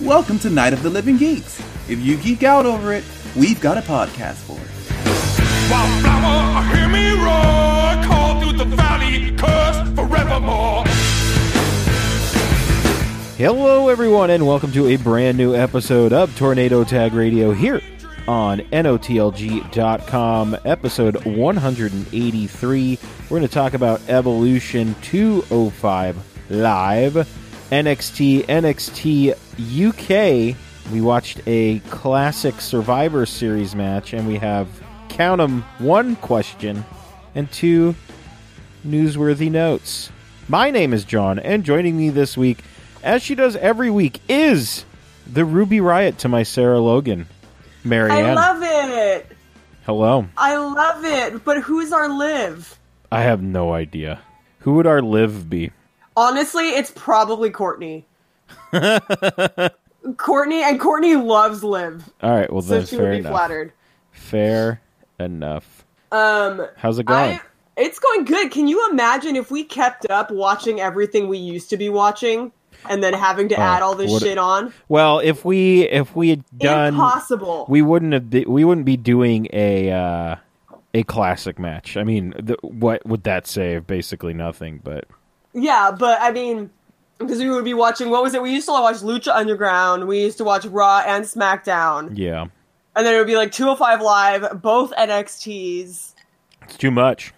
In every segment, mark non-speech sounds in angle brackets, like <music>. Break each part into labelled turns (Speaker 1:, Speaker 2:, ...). Speaker 1: Welcome to Night of the Living Geeks. If you geek out over it, we've got a podcast for it.
Speaker 2: Wildflower, hear me roar, call through the valley, cursed forevermore.
Speaker 3: Hello, everyone, and welcome to a brand new episode of Tornado Tag Radio here on NOTLG.com, episode 183. We're going to talk about Evolution 205 Live, NXT, NXT UK. We watched a classic Survivor Series match, and we have count 'em one question and two newsworthy notes. My name is John, and joining me this week, as she does every week, is the Ruby Riot to my Sarah Logan,
Speaker 4: I
Speaker 3: Marianne.
Speaker 4: love it.
Speaker 3: Hello.
Speaker 4: I love it. But who's our live?
Speaker 3: I have no idea. Who would our live be?
Speaker 4: Honestly, it's
Speaker 3: <laughs>
Speaker 4: probably Courtney. Courtney and Courtney loves live,
Speaker 3: All right. Well,
Speaker 4: so
Speaker 3: then
Speaker 4: she
Speaker 3: fair
Speaker 4: would be
Speaker 3: enough.
Speaker 4: flattered.
Speaker 3: Fair enough.
Speaker 4: Um,
Speaker 3: How's it going?
Speaker 4: I, it's going good. Can you imagine if we kept up watching everything we used to be watching and then having to add all this
Speaker 3: Oh, what-
Speaker 4: shit on?
Speaker 3: well, if we if we had done,
Speaker 4: Impossible.
Speaker 3: we wouldn't have be, we wouldn't be doing a uh, a classic match. I mean, the, what would that save? Basically nothing. But
Speaker 4: Yeah, but I mean, because we would be watching. What was it? We used to watch Lucha Underground. We used to watch Raw and SmackDown.
Speaker 3: yeah,
Speaker 4: and then it would be like 205 live both nxts
Speaker 3: it's too much.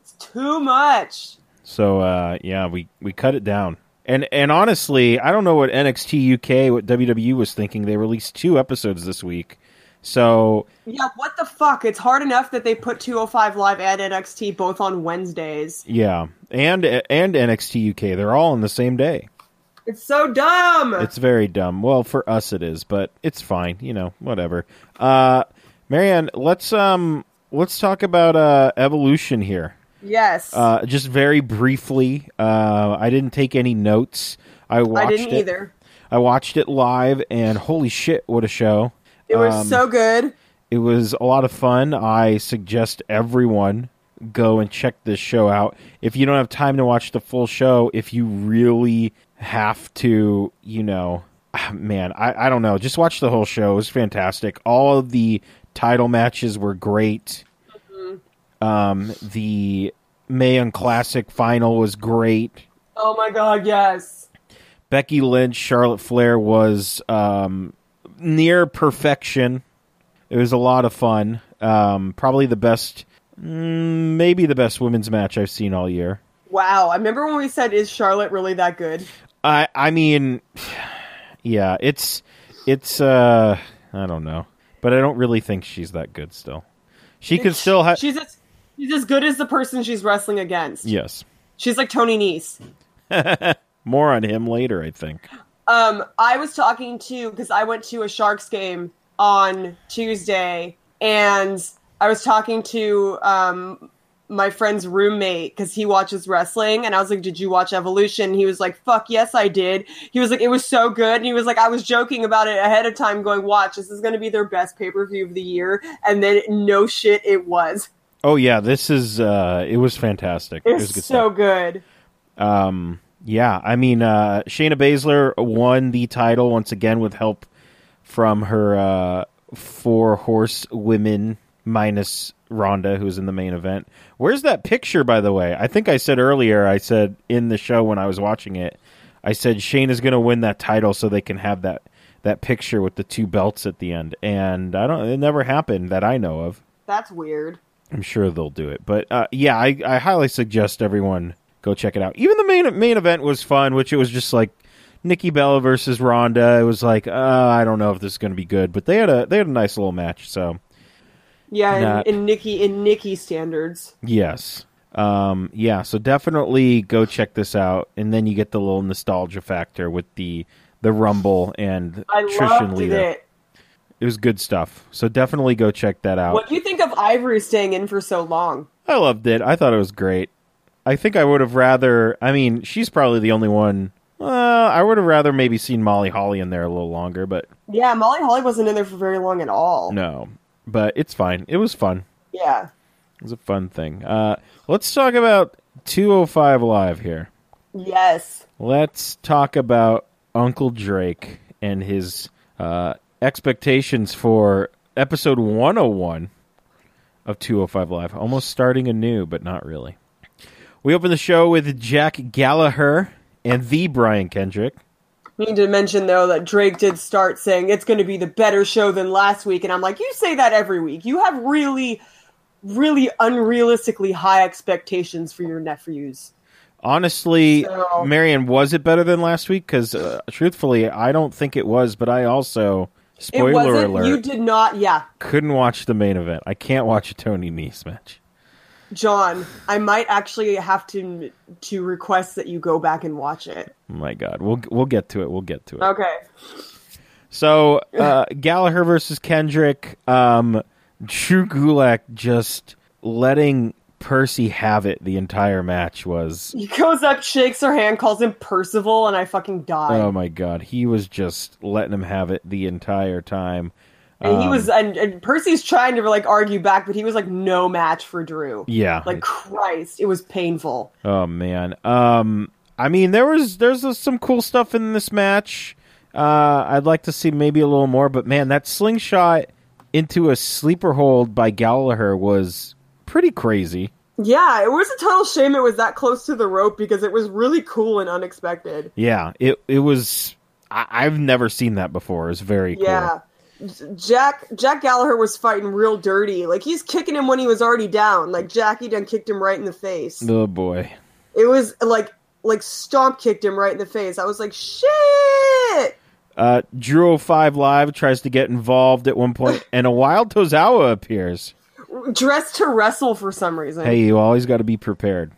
Speaker 4: it's too much
Speaker 3: So uh, yeah, we we cut it down. And and honestly, I don't know what NXT UK, what WWE was thinking. They released two episodes this week, so
Speaker 4: yeah what the fuck it's hard enough that they put 205 live and nxt both on wednesdays
Speaker 3: yeah. And and NXT UK, they're all on the same day.
Speaker 4: it's so dumb
Speaker 3: It's very dumb. Well, for us it is, but it's fine. You know, whatever. Uh, Marianne, let's um let's talk about uh evolution here.
Speaker 4: yes
Speaker 3: Uh, just very briefly. Uh, I didn't take any notes. I watched
Speaker 4: i didn't
Speaker 3: it.
Speaker 4: either
Speaker 3: I watched it live, and holy shit, what a show!
Speaker 4: it was
Speaker 3: Um,
Speaker 4: so good
Speaker 3: It was a lot of fun. I suggest everyone go and check this show out. If you don't have time to watch the full show, if you really have to, you know, ah, man, I, I don't know. Just watch the whole show. It was fantastic. All of the title matches were great. Um, the Mayan Classic final was great.
Speaker 4: oh my god yes
Speaker 3: Becky Lynch, Charlotte Flair was um, near perfection. It was a lot of fun. Um, probably the best, mm, maybe the best women's match I've seen all year.
Speaker 4: wow i remember when we said is charlotte really that good
Speaker 3: I, I mean, <sighs> yeah, it's, it's, uh, I don't know, but I don't really think she's that good still. She could still have,
Speaker 4: she's as she's as good as the person she's wrestling against
Speaker 3: yes,
Speaker 4: she's like tony Nese.
Speaker 3: more on him later. I think.
Speaker 4: Um, I was talking to because I went to a Sharks game on Tuesday, and I was talking to um, my friend's roommate because he watches wrestling, and I was like, "Did you watch Evolution?" He was like, "Fuck yes, I did." He was like, "It was so good," and he was like, "I was joking about it ahead of time, going, watch, this is going to be their best pay per view of the year," and then no shit, it was.
Speaker 3: Oh yeah, this is, uh, it was fantastic.
Speaker 4: It
Speaker 3: It
Speaker 4: was
Speaker 3: was good stuff.
Speaker 4: so good.
Speaker 3: Um, yeah, I mean, uh, Shayna Baszler won the title once again with help from her uh, four horse women minus Ronda, who's in the main event. Where's that picture, by the way? I think I said earlier, I said in the show when I was watching it, I said Shayna's going to win that title so they can have that that picture with the two belts at the end. And I don't, it never happened that I know of.
Speaker 4: That's weird.
Speaker 3: I'm sure they'll do it. But uh, yeah, I, I highly suggest everyone go check it out. Even the main main event was fun, which it was just like Nikki Bella versus Ronda. It was like uh, I don't know if this is going to be good, but they had a they had a nice little match. So
Speaker 4: Yeah,
Speaker 3: Not-
Speaker 4: in, in Nikki in Nikki standards.
Speaker 3: yes, um, yeah. So definitely go check this out, and then you get the little nostalgia factor with the the Rumble and
Speaker 4: I
Speaker 3: Trish and
Speaker 4: loved
Speaker 3: Lita.
Speaker 4: it.
Speaker 3: It was good stuff. So definitely go check that out.
Speaker 4: What do you think of Ivory staying in for so long?
Speaker 3: I loved it. I thought it was great. I think I would have rather. I mean, she's probably the only one. Uh, I would have rather maybe seen Molly Holly in there a little longer, but
Speaker 4: Yeah, Molly Holly wasn't in there for very long at all.
Speaker 3: no. But it's fine. It was fun.
Speaker 4: Yeah.
Speaker 3: It was a fun thing. Uh, let's talk about 205 Live here.
Speaker 4: Yes.
Speaker 3: Let's talk about Uncle Drake and his uh, expectations for episode 101 of 205 Live. Almost starting anew, but not really. We open the show with Jack Gallagher and the Brian Kendrick.
Speaker 4: We need to mention though that Drake did start saying it's going to be the better show than last week, and I'm like, you say that every week. You have really, really unrealistically high expectations for your nephews.
Speaker 3: Honestly,
Speaker 4: So-
Speaker 3: Marion, was it better than last week? Because uh, truthfully, I don't think it was, but I also,
Speaker 4: it
Speaker 3: spoiler
Speaker 4: wasn't.
Speaker 3: alert,
Speaker 4: You did not. Yeah,
Speaker 3: couldn't watch the main event. I can't watch a Tony Nese match.
Speaker 4: John. I might actually have to to request that you go back and watch it.
Speaker 3: My God, we'll we'll get to it. We'll get to it.
Speaker 4: Okay.
Speaker 3: So uh, Gallagher versus Kendrick, um, Drew Gulak just letting Percy have it the entire match was.
Speaker 4: He goes up, shakes her hand, calls him Percival, and I fucking die.
Speaker 3: Oh my God, he was just letting him have it the entire time.
Speaker 4: and he
Speaker 3: Um,
Speaker 4: was, and, and Percy's trying to like argue back, but he was like no match for Drew.
Speaker 3: Yeah,
Speaker 4: Like Christ, it was painful.
Speaker 3: Oh man. Um I mean there was there's uh, some cool stuff in this match. Uh I'd like to see maybe a little more, but man, that slingshot into a sleeper hold by Gallagher was pretty crazy.
Speaker 4: Yeah, it was a total shame it was that close to the rope because it was really cool and unexpected.
Speaker 3: Yeah, it it was I, I've never seen that before. It's very
Speaker 4: Yeah.
Speaker 3: cool.
Speaker 4: J- Jack Jack Gallagher was fighting real dirty. Like he's kicking him when he was already down. Like Jackie done kicked him right in the face.
Speaker 3: Oh boy.
Speaker 4: It was like like stomp kicked him right in the face. I was like, shit.
Speaker 3: Uh Drew 05 Live tries to get involved at one
Speaker 4: <laughs>
Speaker 3: point and a wild Tozawa appears.
Speaker 4: Dressed to wrestle for some reason.
Speaker 3: Hey, you always got to be
Speaker 4: <laughs>
Speaker 3: prepared.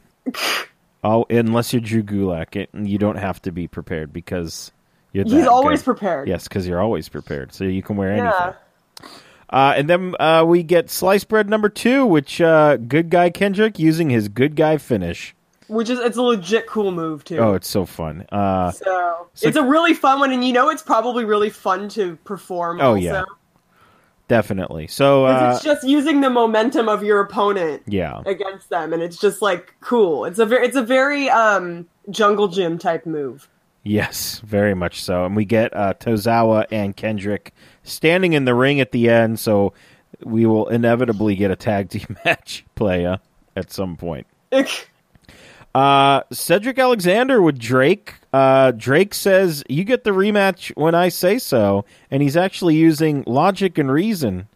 Speaker 3: oh, unless you're Drew Gulak, it, you don't have to be prepared because you're.
Speaker 4: He's
Speaker 3: that
Speaker 4: always
Speaker 3: good.
Speaker 4: prepared.
Speaker 3: Yes, because you're always prepared, so you can wear anything.
Speaker 4: Yeah.
Speaker 3: Uh, and then uh, we get sliced bread number two, which uh, good guy Kendrick using his good guy finish.
Speaker 4: Which is it's a legit cool move too.
Speaker 3: Oh, it's so fun. Uh,
Speaker 4: so, it's a really fun one and you know it's probably really fun to perform
Speaker 3: Oh,
Speaker 4: also.
Speaker 3: yeah. definitely. So uh,
Speaker 4: it's just using the momentum of your opponent
Speaker 3: yeah,
Speaker 4: against them and it's just like cool it's a very it's a very um jungle gym type move <laughs>
Speaker 3: yes, very much so. And we get uh, Tozawa and Kendrick standing in the ring at the end, so we will inevitably get a tag <laughs> team match play uh, at some point.
Speaker 4: Ick.
Speaker 3: Uh, Cedric Alexander with Drake. Uh, Drake says, You get the rematch when I say so. And he's actually using logic and reasoning.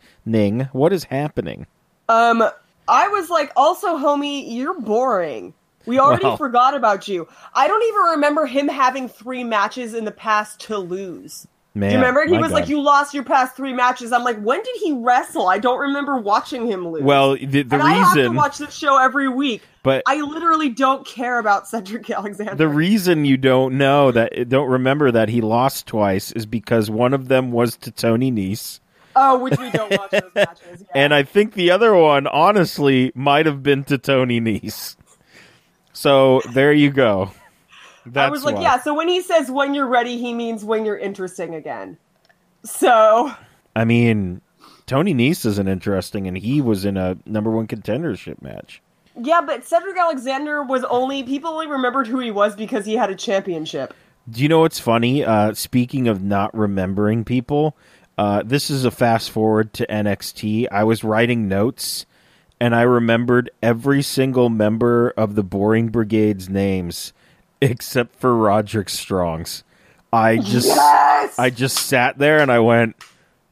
Speaker 3: What is happening?
Speaker 4: um i was like also homie you're boring we already
Speaker 3: Wow.
Speaker 4: forgot about you i don't even remember him having three matches in the past to lose
Speaker 3: Man,
Speaker 4: do you remember he
Speaker 3: my
Speaker 4: was like
Speaker 3: God.
Speaker 4: you lost your past three matches i'm like when did he wrestle i don't remember watching him lose
Speaker 3: Well, the, the
Speaker 4: and i have to
Speaker 3: reason.
Speaker 4: watch this show every week
Speaker 3: But
Speaker 4: i literally don't care about cedric <laughs> alexander
Speaker 3: the reason you don't know that, don't remember that he lost twice is because one of them was to Tony Nese.
Speaker 4: oh which we don't
Speaker 3: <laughs>
Speaker 4: watch those matches yeah.
Speaker 3: And I think the other one, honestly, might have been to Tony Nese. So there you go. That's
Speaker 4: I was like,
Speaker 3: why.
Speaker 4: yeah. So when he says when you're ready, he means when you're interesting again. So
Speaker 3: I mean, Tony Nese isn't interesting, and he was in a number one contendership match.
Speaker 4: yeah, but Cedric Alexander was only people only remembered who he was because he had a championship.
Speaker 3: Do you know what's funny? Uh, speaking of not remembering people, uh, this is a fast forward to NXT. I was writing notes, and I remembered every single member of the Boring Brigade's names <laughs> except for Roderick Strong's. I just,
Speaker 4: Yes!
Speaker 3: I just sat there and I went,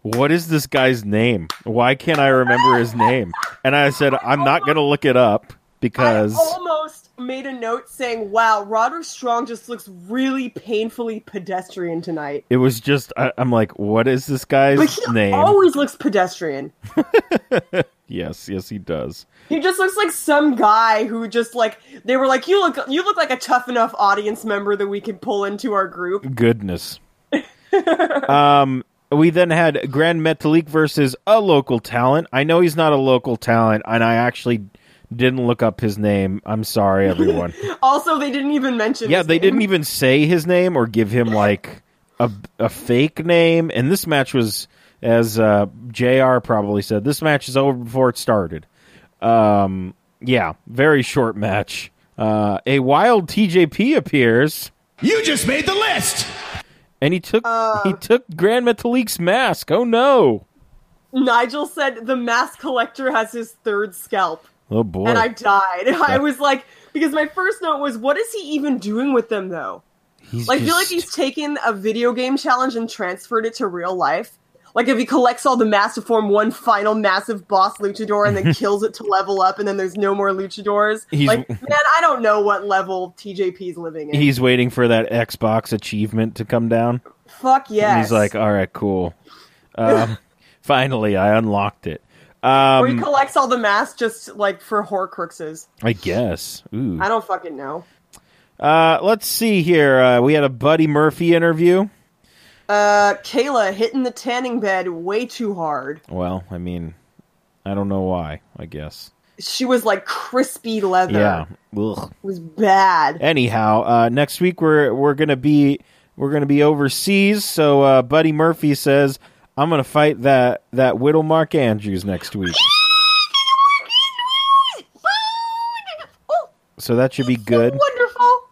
Speaker 3: "What is this guy's name? Why can't I remember his name?" And I said, "I'm not gonna look it up because."
Speaker 4: I oh almost made a note saying, "Wow, Roderick Strong just looks really painfully pedestrian tonight."
Speaker 3: It was just I, I'm like, what is this
Speaker 4: But
Speaker 3: guy's
Speaker 4: he
Speaker 3: name?
Speaker 4: always looks pedestrian.
Speaker 3: Yes, yes, he does.
Speaker 4: He just looks like some guy who just like they were like, "You look, you look like a tough enough audience member that we can pull into our group."
Speaker 3: Goodness. <laughs> um, we then had Grand Metalik versus a local talent. I know he's not a local talent, and I actually didn't look up his name. I'm sorry, everyone.
Speaker 4: Also, they didn't even <laughs> mention.
Speaker 3: yeah,
Speaker 4: his
Speaker 3: they
Speaker 4: name.
Speaker 3: didn't even say his name or give him like a a fake name. And this match was, as uh, Jr. probably said, this match is over before it started. Um, yeah, very short match. Uh, a wild TJP appears.
Speaker 2: You just made the list!
Speaker 3: And he took
Speaker 4: Uh,
Speaker 3: he took Grand Metalik's mask. Oh no!
Speaker 4: Nigel said the mass collector has his third scalp.
Speaker 3: Oh boy!
Speaker 4: And I died. <laughs> I was like, because my first note was, what is he even doing with them though?
Speaker 3: he's
Speaker 4: Like, I feel like
Speaker 3: just-
Speaker 4: he's taken a video game challenge and transferred it to real life. Like, if he collects all the mass to form one final massive boss luchador
Speaker 3: <laughs>
Speaker 4: and then kills it to level up, and then there's no more luchadors.
Speaker 3: He's-
Speaker 4: Like, man, I don't know what level TJP's living in.
Speaker 3: he's waiting for that Xbox achievement to come down.
Speaker 4: Fuck yes.
Speaker 3: And he's like, all right, cool. Um, <laughs> finally, I unlocked it. Um,
Speaker 4: or he collects all the mass just like for Horcruxes.
Speaker 3: I guess. Ooh.
Speaker 4: I don't fucking know.
Speaker 3: Uh, let's see here. Uh, we had a Buddy Murphy interview.
Speaker 4: Uh, Kayla hitting the tanning bed way too hard.
Speaker 3: Well, I mean, I don't know why. I guess.
Speaker 4: She was like crispy leather.
Speaker 3: Yeah. Ugh.
Speaker 4: It was bad.
Speaker 3: Anyhow, uh, next week we're we're gonna be we're gonna be overseas. So uh, Buddy Murphy says I'm gonna fight that that Whittle Mark Andrews next week.
Speaker 4: Oh,
Speaker 3: So that should be good.
Speaker 4: So wonderful.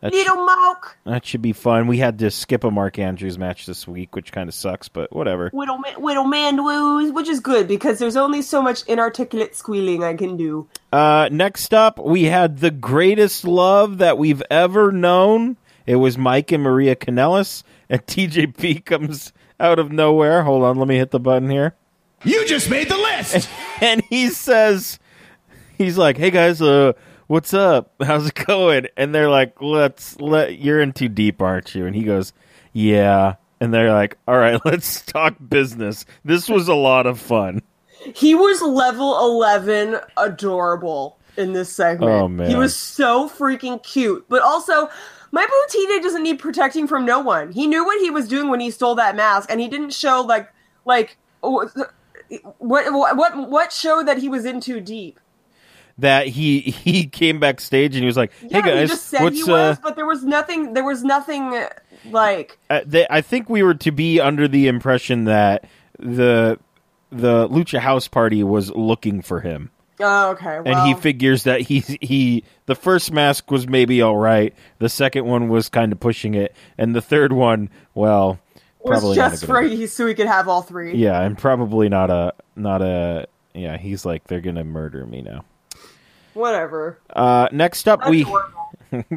Speaker 3: That, sh-
Speaker 4: Needle Malk.
Speaker 3: that should be fun. We had to skip a Mark Andrews match this week, which kind of sucks, but whatever.
Speaker 4: Whittle, ma- whittle man woos, which is good because there's only so much inarticulate squealing I can do.
Speaker 3: Uh, next up, we had the greatest love that we've ever known. It was Mike and Maria Canellis, and <laughs> TJP comes out of nowhere. Hold on, let me hit the button here.
Speaker 2: You just made the list!
Speaker 3: <laughs> and he says, he's like, "Hey guys, uh, what's up? How's it going?" And they're like, "Let's let you're in too deep, aren't you?" And he goes, "Yeah." And they're like, "All right, <laughs> let's talk business. This was a lot of fun."
Speaker 4: He was level 11 adorable in this segment.
Speaker 3: Oh, man.
Speaker 4: He was so freaking cute. But also, my blue TJ doesn't need protecting from no one. He knew what he was doing when he stole that mask, and he didn't show, like, like, what, what, what, what showed that he was in too deep.
Speaker 3: That he he came backstage and he was like, "Hey
Speaker 4: Yeah,
Speaker 3: guys,
Speaker 4: he just said
Speaker 3: what's
Speaker 4: he was,
Speaker 3: uh?"
Speaker 4: but there was nothing, there was nothing, uh, like,
Speaker 3: uh, they, I think we were to be under the impression that the the Lucha House Party was looking for him.
Speaker 4: oh, okay.
Speaker 3: and
Speaker 4: well.
Speaker 3: he figures that he he the first mask was maybe all right, the second one was kind of pushing it, and the third one, well,
Speaker 4: was
Speaker 3: probably
Speaker 4: just
Speaker 3: not a good
Speaker 4: for <laughs>
Speaker 3: idea.
Speaker 4: he, so he could have all three.
Speaker 3: Yeah, and probably not a not a yeah. He's like they're gonna murder me now.
Speaker 4: Whatever.
Speaker 3: Uh, next up
Speaker 4: That's
Speaker 3: we
Speaker 4: horrible.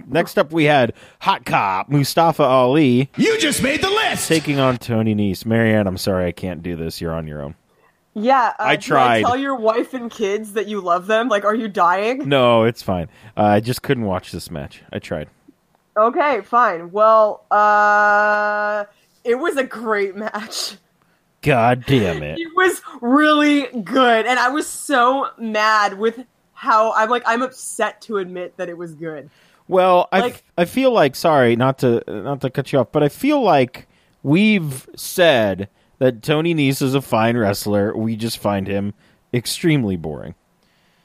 Speaker 3: next up we had Hot Cop Mustafa Ali
Speaker 2: You just made the list!
Speaker 3: taking on Tony Nese. Marianne, I'm sorry, I can't do this. You're on your own.
Speaker 4: Yeah, uh,
Speaker 3: I
Speaker 4: do
Speaker 3: tried.
Speaker 4: tell your wife and kids that you love them. Like, are you dying?
Speaker 3: No, it's fine. Uh, I just couldn't watch this match. I tried.
Speaker 4: Okay, fine. Well, uh, it was a great match.
Speaker 3: God damn
Speaker 4: <laughs>
Speaker 3: it.
Speaker 4: It was really good, and I was so mad with how I'm like I'm upset to admit that it was good.
Speaker 3: Well, I, f-
Speaker 4: Like-
Speaker 3: I feel like sorry not to not to cut you off, but I feel like we've said that Tony Nese is a fine wrestler. We just find him extremely boring.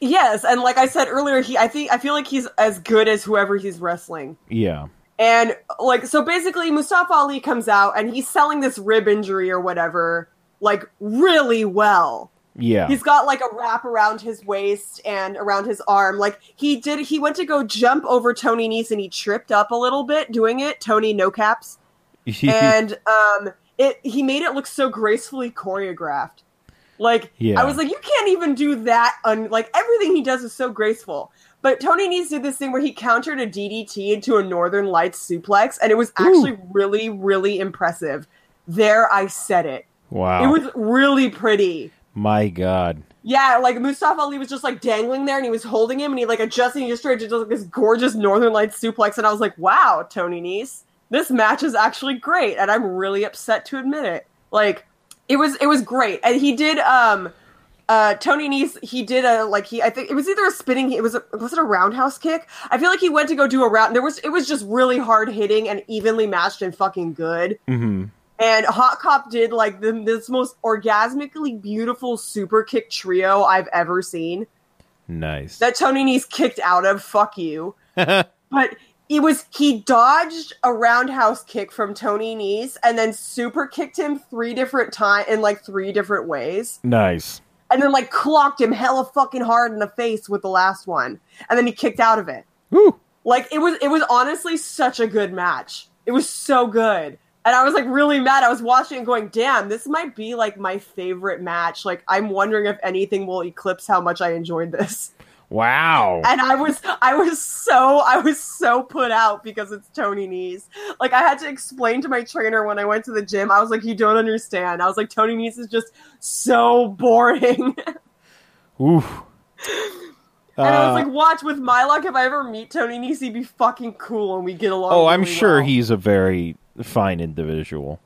Speaker 4: Yes, and like I said earlier, he I think I feel like he's as good as whoever he's wrestling.
Speaker 3: Yeah,
Speaker 4: And like so basically Mustafa Ali comes out and he's selling this rib injury or whatever like really well.
Speaker 3: yeah,
Speaker 4: He's got like a wrap around his waist and around his arm. Like he did he went to go jump over Tony Nese and he tripped up a little bit doing it. Tony no caps.
Speaker 3: <laughs>
Speaker 4: And um it he made it look so gracefully choreographed. Like
Speaker 3: Yeah.
Speaker 4: I was like you can't even do that un- like everything he does is so graceful. But Tony Nese did this thing where he countered a DDT into a Northern Lights suplex and it was actually really really impressive. There I said it.
Speaker 3: <laughs> wow,
Speaker 4: It was really pretty.
Speaker 3: my God,
Speaker 4: Yeah, like Mustafa Ali was just like dangling there, and he was holding him, and he like adjusted, and he just tried to do like this gorgeous Northern Lights suplex, and I was like, wow, Tony Nese, this match is actually great, and I'm really upset to admit it. Like, it was it was great, and he did um, uh, Tony Nese, he did a like he I think it was either a spinning, it was a, was it a roundhouse kick? I feel like he went to go do a round. There was it was just really hard hitting and evenly matched and fucking good.
Speaker 3: hmm
Speaker 4: And Hot Cop did like the, this most orgasmically beautiful super kick trio I've ever seen
Speaker 3: nice.
Speaker 4: that Tony Nese kicked out of. Fuck you. but it was he dodged a roundhouse kick from Tony Nese and then super kicked him three different times in like three different ways.
Speaker 3: nice.
Speaker 4: And then like clocked him hella fucking hard in the face with the last one. And then he kicked out of it.
Speaker 3: Woo.
Speaker 4: Like it was it was honestly such a good match. It was so good. And I was like really mad. I was watching it going, damn, this might be like my favorite match. Like, I'm wondering if anything will eclipse how much I enjoyed this.
Speaker 3: Wow.
Speaker 4: And I was, I was so, I was so put out because it's Tony Knees. Like, I had to explain to my trainer when I went to the gym, I was like, you don't understand. I was like, Tony Knees is just so boring. <laughs>
Speaker 3: Oof.
Speaker 4: And I
Speaker 3: Uh,
Speaker 4: was like, watch with my luck, if I ever meet Tony Nese, he'd be fucking cool and we get along.
Speaker 3: oh, I'm
Speaker 4: really
Speaker 3: sure
Speaker 4: well.
Speaker 3: he's a very fine individual.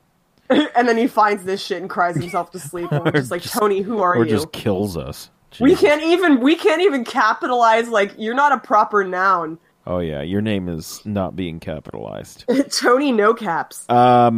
Speaker 4: and then he finds this shit and cries himself to sleep. And we're just like,
Speaker 3: Just-
Speaker 4: Tony, who
Speaker 3: <laughs>
Speaker 4: are
Speaker 3: or
Speaker 4: you?
Speaker 3: just kills us.
Speaker 4: we
Speaker 3: Jesus.
Speaker 4: can't even we can't even capitalize. Like, you're not a proper noun. <laughs>
Speaker 3: Oh yeah, your name is not being capitalized.
Speaker 4: Tony, no caps.
Speaker 3: Uh,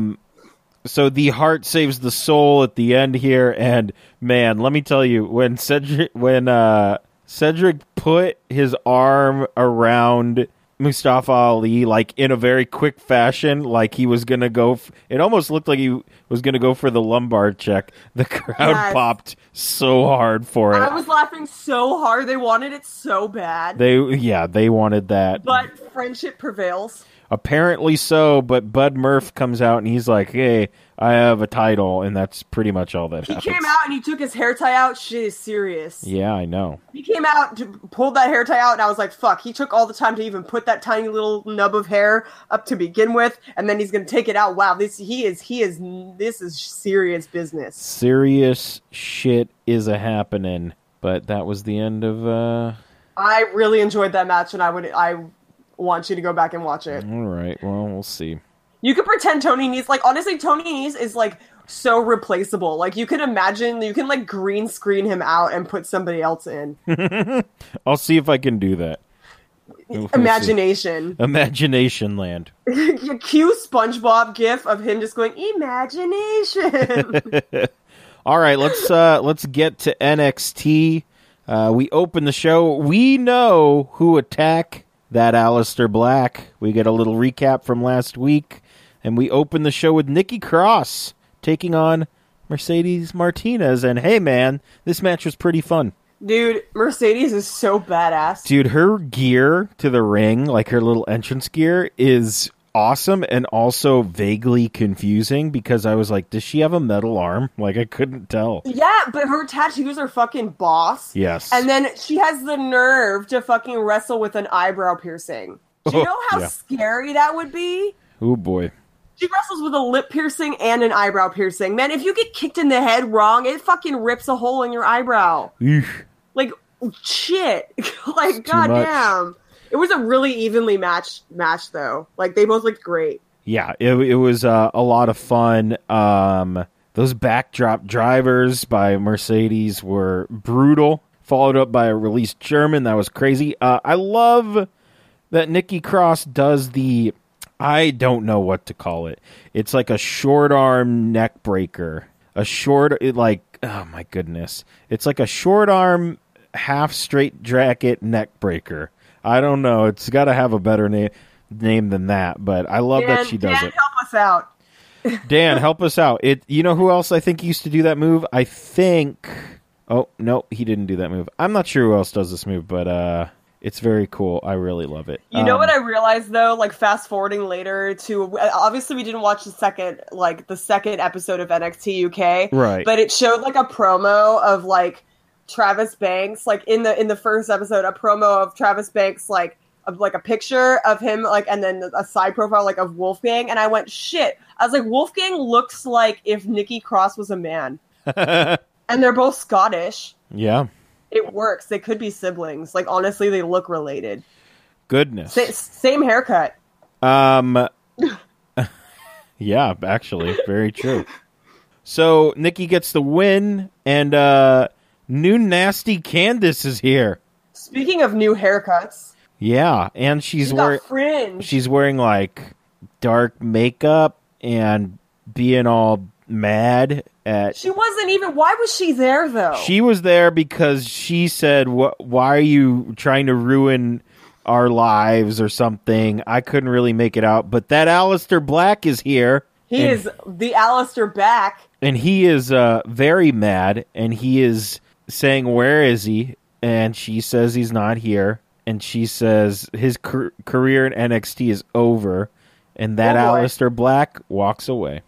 Speaker 3: so the heart saves the soul at the end here, and man, let me tell you, when Cedric when uh, Cedric put his arm around Mustafa Ali, like in a very quick fashion, like he was gonna go. F- it almost looked like he was gonna go for the lumbar check. The crowd
Speaker 4: Yes.
Speaker 3: popped so hard for it.
Speaker 4: I was laughing so hard. They wanted it so bad,
Speaker 3: they yeah, they wanted that.
Speaker 4: but friendship prevails.
Speaker 3: Apparently so, but Bud Murph comes out and he's like, "Hey, I have a title," and that's pretty much all that
Speaker 4: He
Speaker 3: happens.
Speaker 4: came out and he took his hair tie out. Shit is serious.
Speaker 3: Yeah, I know.
Speaker 4: He came out, to, pulled that hair tie out, and I was like, fuck, he took all the time to even put that tiny little nub of hair up to begin with, and then he's gonna take it out. Wow, this, he is, he is, this is serious business.
Speaker 3: Serious shit is a happening. But that was the end of. uh
Speaker 4: I really enjoyed that match, and I would, I want you to go back and watch it.
Speaker 3: All right. Well, we'll see.
Speaker 4: You could pretend Tony Nese, like, honestly, Tony Nese is like so replaceable. Like, you can imagine, you can like green screen him out and put somebody else in.
Speaker 3: I'll see if I can do that. <laughs> We'll see.
Speaker 4: Imagination. <laughs>
Speaker 3: Imagination land.
Speaker 4: Cue SpongeBob gif of him just going, imagination.
Speaker 3: <laughs> All right, let's uh let's get to NXT. Uh, we open the show. We know who attack that Alistair Black. We get a little recap from last week, and we open the show with Nikki Cross taking on Mercedes Martinez. And hey, man, this match was pretty fun,
Speaker 4: Dude, Mercedes is so badass.
Speaker 3: dude. Her gear to the ring, like her little entrance gear, is awesome and also vaguely confusing because I was like, does she have a metal arm? Like I couldn't tell.
Speaker 4: Yeah, but her tattoos are fucking boss.
Speaker 3: Yes.
Speaker 4: And then she has the nerve to fucking wrestle with an eyebrow piercing. Do you know how
Speaker 3: Oh, Yeah.
Speaker 4: scary that would be?
Speaker 3: Oh boy.
Speaker 4: She wrestles with a lip piercing and an eyebrow piercing. Man, if you get kicked in the head wrong, it fucking rips a hole in your eyebrow.
Speaker 3: Eesh.
Speaker 4: Like shit. <laughs> like
Speaker 3: too much.
Speaker 4: goddamn. It was a really evenly matched match though. Like they both looked great.
Speaker 3: Yeah, it, it was uh, a lot of fun. Um, those backdrop drivers by Mercedes were brutal, followed up by a released German. That was crazy. Uh, I love that Nikki Cross does the, I don't know what to call it. It's like a short arm neck breaker. A short, it like, oh my goodness. It's like a short arm half straight jacket neck breaker. I don't know. It's got to have a better name name than that, but I love that
Speaker 4: Dan-
Speaker 3: she does
Speaker 4: Dan,
Speaker 3: it.
Speaker 4: help us out.
Speaker 3: Dan, help us out. It. You know who else I think used to do that move? I think. Oh no, he didn't do that move. I'm not sure who else does this move, but uh, it's very cool. I really love it.
Speaker 4: You know
Speaker 3: Um,
Speaker 4: what I realized though, like fast forwarding later to obviously we didn't watch the second like the second episode of NXT UK,
Speaker 3: Right.
Speaker 4: But it showed like a promo of like Travis Banks, like in the in the first episode, a promo of Travis Banks, like of like a picture of him, like and then a side profile like of Wolfgang, and I went shit. I was like, Wolfgang looks like if Nikki Cross was
Speaker 3: <laughs>
Speaker 4: a man, and they're both Scottish.
Speaker 3: Yeah.
Speaker 4: It works. They could be siblings. Like honestly, they look related.
Speaker 3: Goodness.
Speaker 4: Sa- same haircut. <laughs>
Speaker 3: Um. yeah, actually, very true. So Nikki gets the win, and uh, new nasty Candace is here.
Speaker 4: Speaking of new haircuts,
Speaker 3: Yeah, and she's
Speaker 4: you
Speaker 3: wearing.
Speaker 4: got fringe.
Speaker 3: she's wearing like dark makeup and being all mad at
Speaker 4: She wasn't even. Why was she there though?
Speaker 3: she was there because she said "Wh- why are you trying to ruin our lives or something i couldn't really make it out but that Alistair black is here
Speaker 4: he
Speaker 3: and,
Speaker 4: is the Alistair back.
Speaker 3: and he is uh very mad and he is saying where is he and she says he's not here and she says his car- career in nxt is over And that
Speaker 4: Oh, boy.
Speaker 3: Alistair Black walks away.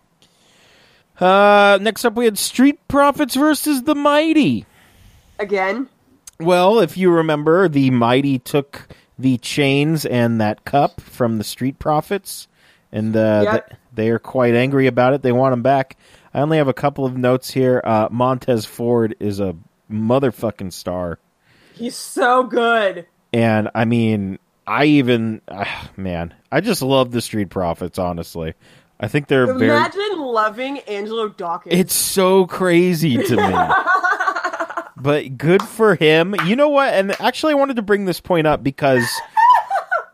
Speaker 3: Uh, next up, we had Street Profits versus the Mighty.
Speaker 4: Again,
Speaker 3: Well, if you remember, the Mighty took the chains and that cup from the Street Profits, and uh,
Speaker 4: Yep.
Speaker 3: th- they are quite angry about it. They want them back. I only have a couple of notes here. Uh, Montez Ford is a motherfucking star.
Speaker 4: he's so good.
Speaker 3: And I mean, I even ah, man, I just love the Street Profits. Honestly, I think they're very.
Speaker 4: Imagine loving Angelo Dawkins.
Speaker 3: It's so crazy to me. but good for him. You know what? And actually, I wanted to bring this point up because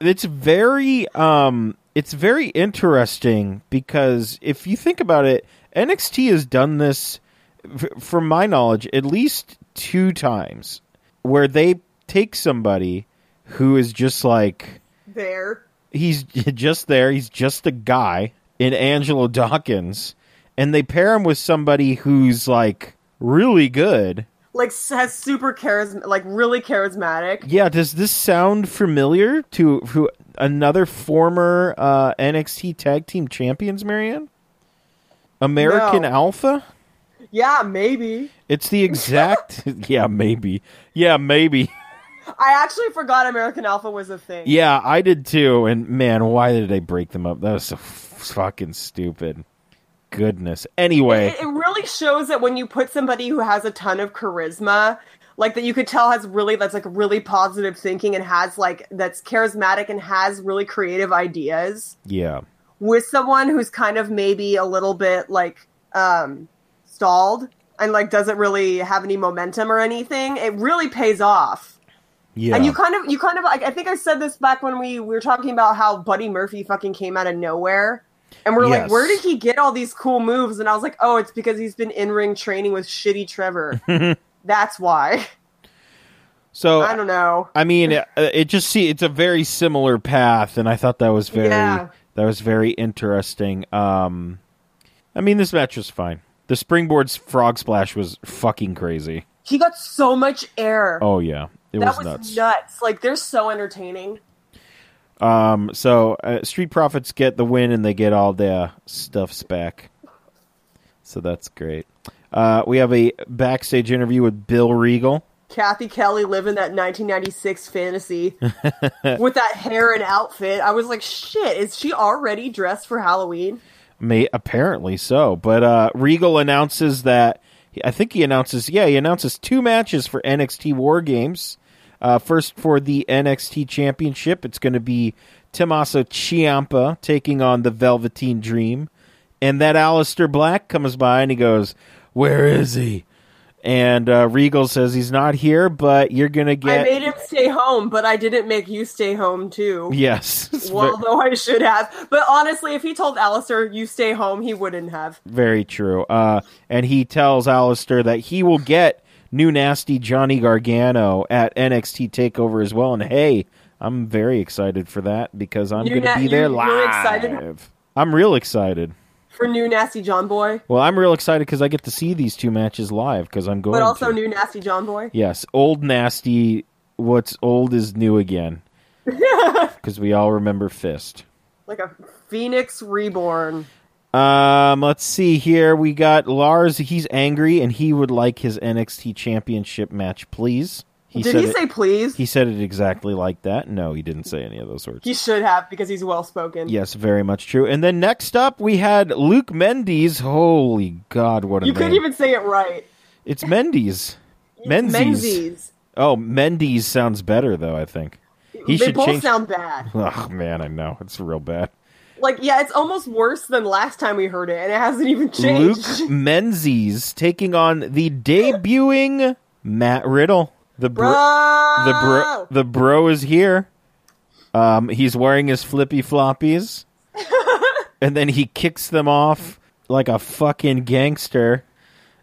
Speaker 3: it's very, um, it's very interesting because if you think about it, NXT has done this, f- from my knowledge, at least two times, where they take somebody who is just like
Speaker 4: there.
Speaker 3: he's <laughs> just there. He's just a guy in Angelo Dawkins, and they pair him with somebody who's like really good.
Speaker 4: Like s- has super charisma, like really charismatic.
Speaker 3: Yeah, does this sound familiar to, to another former uh, NXT Tag Team Champions, Marianne? American
Speaker 4: No.
Speaker 3: Alpha?
Speaker 4: Yeah, maybe.
Speaker 3: It's the
Speaker 4: <laughs>
Speaker 3: exact. yeah, maybe. Yeah, maybe.
Speaker 4: I actually forgot American Alpha was a thing.
Speaker 3: Yeah, I did too. And man, why did they break them up? That was so fucking stupid. Goodness. Anyway.
Speaker 4: <laughs> It, it really shows that when you put somebody who has a ton of charisma, like that you could tell has really that's like really positive thinking and has like that's charismatic and has really creative ideas
Speaker 3: Yeah.
Speaker 4: with someone who's kind of maybe a little bit like um stalled and like doesn't really have any momentum or anything, it really pays off.
Speaker 3: Yeah.
Speaker 4: And you kind of you kind of like I think I said this back when we, we were talking about how Buddy Murphy fucking came out of nowhere. And we're
Speaker 3: Yes.
Speaker 4: like, where did he get all these cool moves? And I was like, oh, it's because he's been in ring training with
Speaker 3: <laughs>
Speaker 4: shitty Trevor. That's why.
Speaker 3: so
Speaker 4: I don't know.
Speaker 3: I mean, it, it just see it's a very similar path, and I thought that was very
Speaker 4: Yeah.
Speaker 3: that was very interesting. Um, I mean, this match was fine. The springboard's frog splash was fucking crazy.
Speaker 4: He got so much air.
Speaker 3: Oh yeah, it
Speaker 4: that
Speaker 3: was,
Speaker 4: was
Speaker 3: nuts.
Speaker 4: nuts. Like they're so entertaining.
Speaker 3: Um, so uh, Street Profits get the win, and they get all their stuffs back. So that's great. Uh, we have a backstage interview with Bill Regal.
Speaker 4: Kathy Kelly living that 1996
Speaker 3: <laughs>
Speaker 4: fantasy with that hair and outfit. I was like, shit, is she already dressed for Halloween?
Speaker 3: May apparently so, but uh, Regal announces that I think he announces yeah he announces two matches for NXT War Games. Uh, first for the NXT Championship, it's going to be Tommaso Ciampa taking on the Velveteen Dream, and that Alistair Black comes by and he goes, "Where is he?" And uh, Regal says he's not here, but you're going to get
Speaker 4: I made him stay home, but I didn't make you stay home too.
Speaker 3: <laughs> yes, It's ve-
Speaker 4: Well, though I should have. But honestly, if he told Alistair, you stay home, he wouldn't have.
Speaker 3: Very true. Uh, and he tells Alistair that he will get new nasty Johnny Gargano at NXT Takeover as well. And hey, I'm very excited for that because I'm
Speaker 4: You're
Speaker 3: going to
Speaker 4: not-
Speaker 3: be there
Speaker 4: you're-
Speaker 3: live.
Speaker 4: you're excited?
Speaker 3: I'm real excited.
Speaker 4: For New Nasty John Boy,
Speaker 3: Well, I'm real excited because I get to see these two matches live because I'm going.
Speaker 4: but also
Speaker 3: to.
Speaker 4: New Nasty John Boy.
Speaker 3: Yes, old nasty. What's old is new
Speaker 4: <laughs>
Speaker 3: again. Because we all remember Fist.
Speaker 4: Like a Phoenix reborn.
Speaker 3: Um, let's see here. We got Lars. He's angry, and he would like his NXT Championship match, please. He
Speaker 4: Did
Speaker 3: said
Speaker 4: he
Speaker 3: it,
Speaker 4: say please?
Speaker 3: he
Speaker 4: He,
Speaker 3: said it exactly like that. No, he didn't say any of those words.
Speaker 4: should have because he's well spoken.
Speaker 3: yes, very much true. And then next up, we had Luke Mendes. Holy God, what a
Speaker 4: You
Speaker 3: name!
Speaker 4: couldn't even say it right.
Speaker 3: It's
Speaker 4: <laughs>
Speaker 3: Mendes. Menzies.
Speaker 4: Menzies.
Speaker 3: Oh, Mendes sounds better though. I think he
Speaker 4: they
Speaker 3: should
Speaker 4: both
Speaker 3: change.
Speaker 4: sound bad.
Speaker 3: oh man, I know it's real bad.
Speaker 4: Like, yeah, it's almost worse than last time we heard it, and it hasn't even changed. <laughs>
Speaker 3: Luke Menzies taking on the debuting Matt Riddle. The br-
Speaker 4: Bro!
Speaker 3: the bro the bro is here. Um, he's wearing his flippy
Speaker 4: <laughs>
Speaker 3: floppies, and then he kicks them off like a fucking gangster,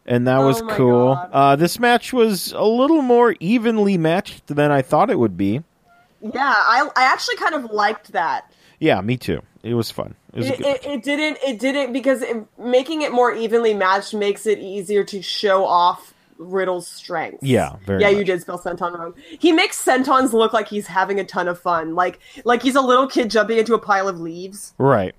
Speaker 3: and that
Speaker 4: Oh
Speaker 3: was
Speaker 4: my
Speaker 3: cool.
Speaker 4: God.
Speaker 3: Uh, this match was a little more evenly matched than I thought it would be.
Speaker 4: yeah, I, I actually kind of liked that.
Speaker 3: Yeah, me too. It was fun. It was a
Speaker 4: it,
Speaker 3: good-
Speaker 4: it, it didn't it didn't because it, making it more evenly matched makes it easier to show off Riddle's strengths.
Speaker 3: Yeah, very
Speaker 4: yeah,
Speaker 3: much.
Speaker 4: you did spell senton wrong. He makes sentons look like he's having a ton of fun, like like he's a little kid jumping into a pile of leaves.
Speaker 3: Right.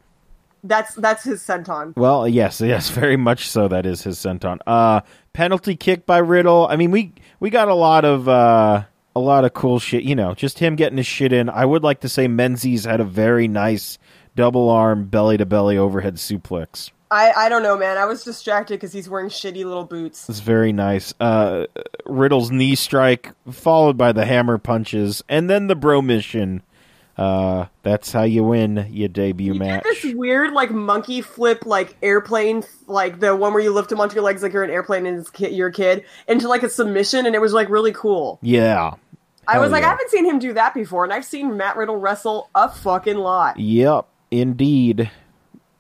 Speaker 4: That's that's his senton.
Speaker 3: Well, yes, <laughs> yes, very much so. That is his senton. Uh, penalty kick by Riddle. I mean, we we got a lot of uh, a lot of cool shit. You know, just him getting his shit in. I would like to say Menzies had a very nice double arm belly to belly overhead suplex.
Speaker 4: I I don't know, man. I was distracted because he's wearing shitty little boots.
Speaker 3: It's very nice. Uh, Riddle's knee strike followed by the hammer punches and then the bro mission. Uh, that's how you win your debut
Speaker 4: He
Speaker 3: match.
Speaker 4: did this weird like monkey flip like airplane like the one where you lift him onto your legs like you're an airplane and it's ki- you're a kid into like a submission and it was like really cool.
Speaker 3: Yeah.
Speaker 4: I
Speaker 3: Hell
Speaker 4: was like
Speaker 3: yeah.
Speaker 4: I haven't seen him do that before and I've seen Matt Riddle wrestle a fucking lot.
Speaker 3: Yep, indeed.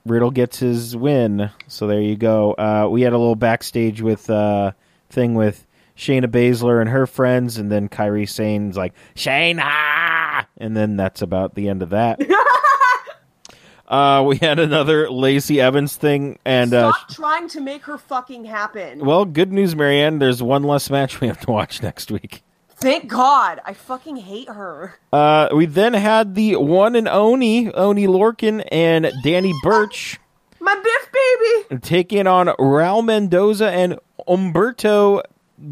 Speaker 3: Riddle gets his win. So there you go. Uh, we had a little backstage with uh, thing with Shayna Baszler and her friends, and then Kyrie Sane's like Shayna, and then that's about the end of that. uh, we had another Lacey Evans thing, and uh,
Speaker 4: Stop trying to make her fucking happen.
Speaker 3: well, good news, Marianne. There's one less match we have to watch next week.
Speaker 4: Thank God. I fucking hate her.
Speaker 3: Uh, we then had the one and Oni, Oni Lorkin, and Danny Birch.
Speaker 4: My Biff baby.
Speaker 3: taking on Raul Mendoza and Umberto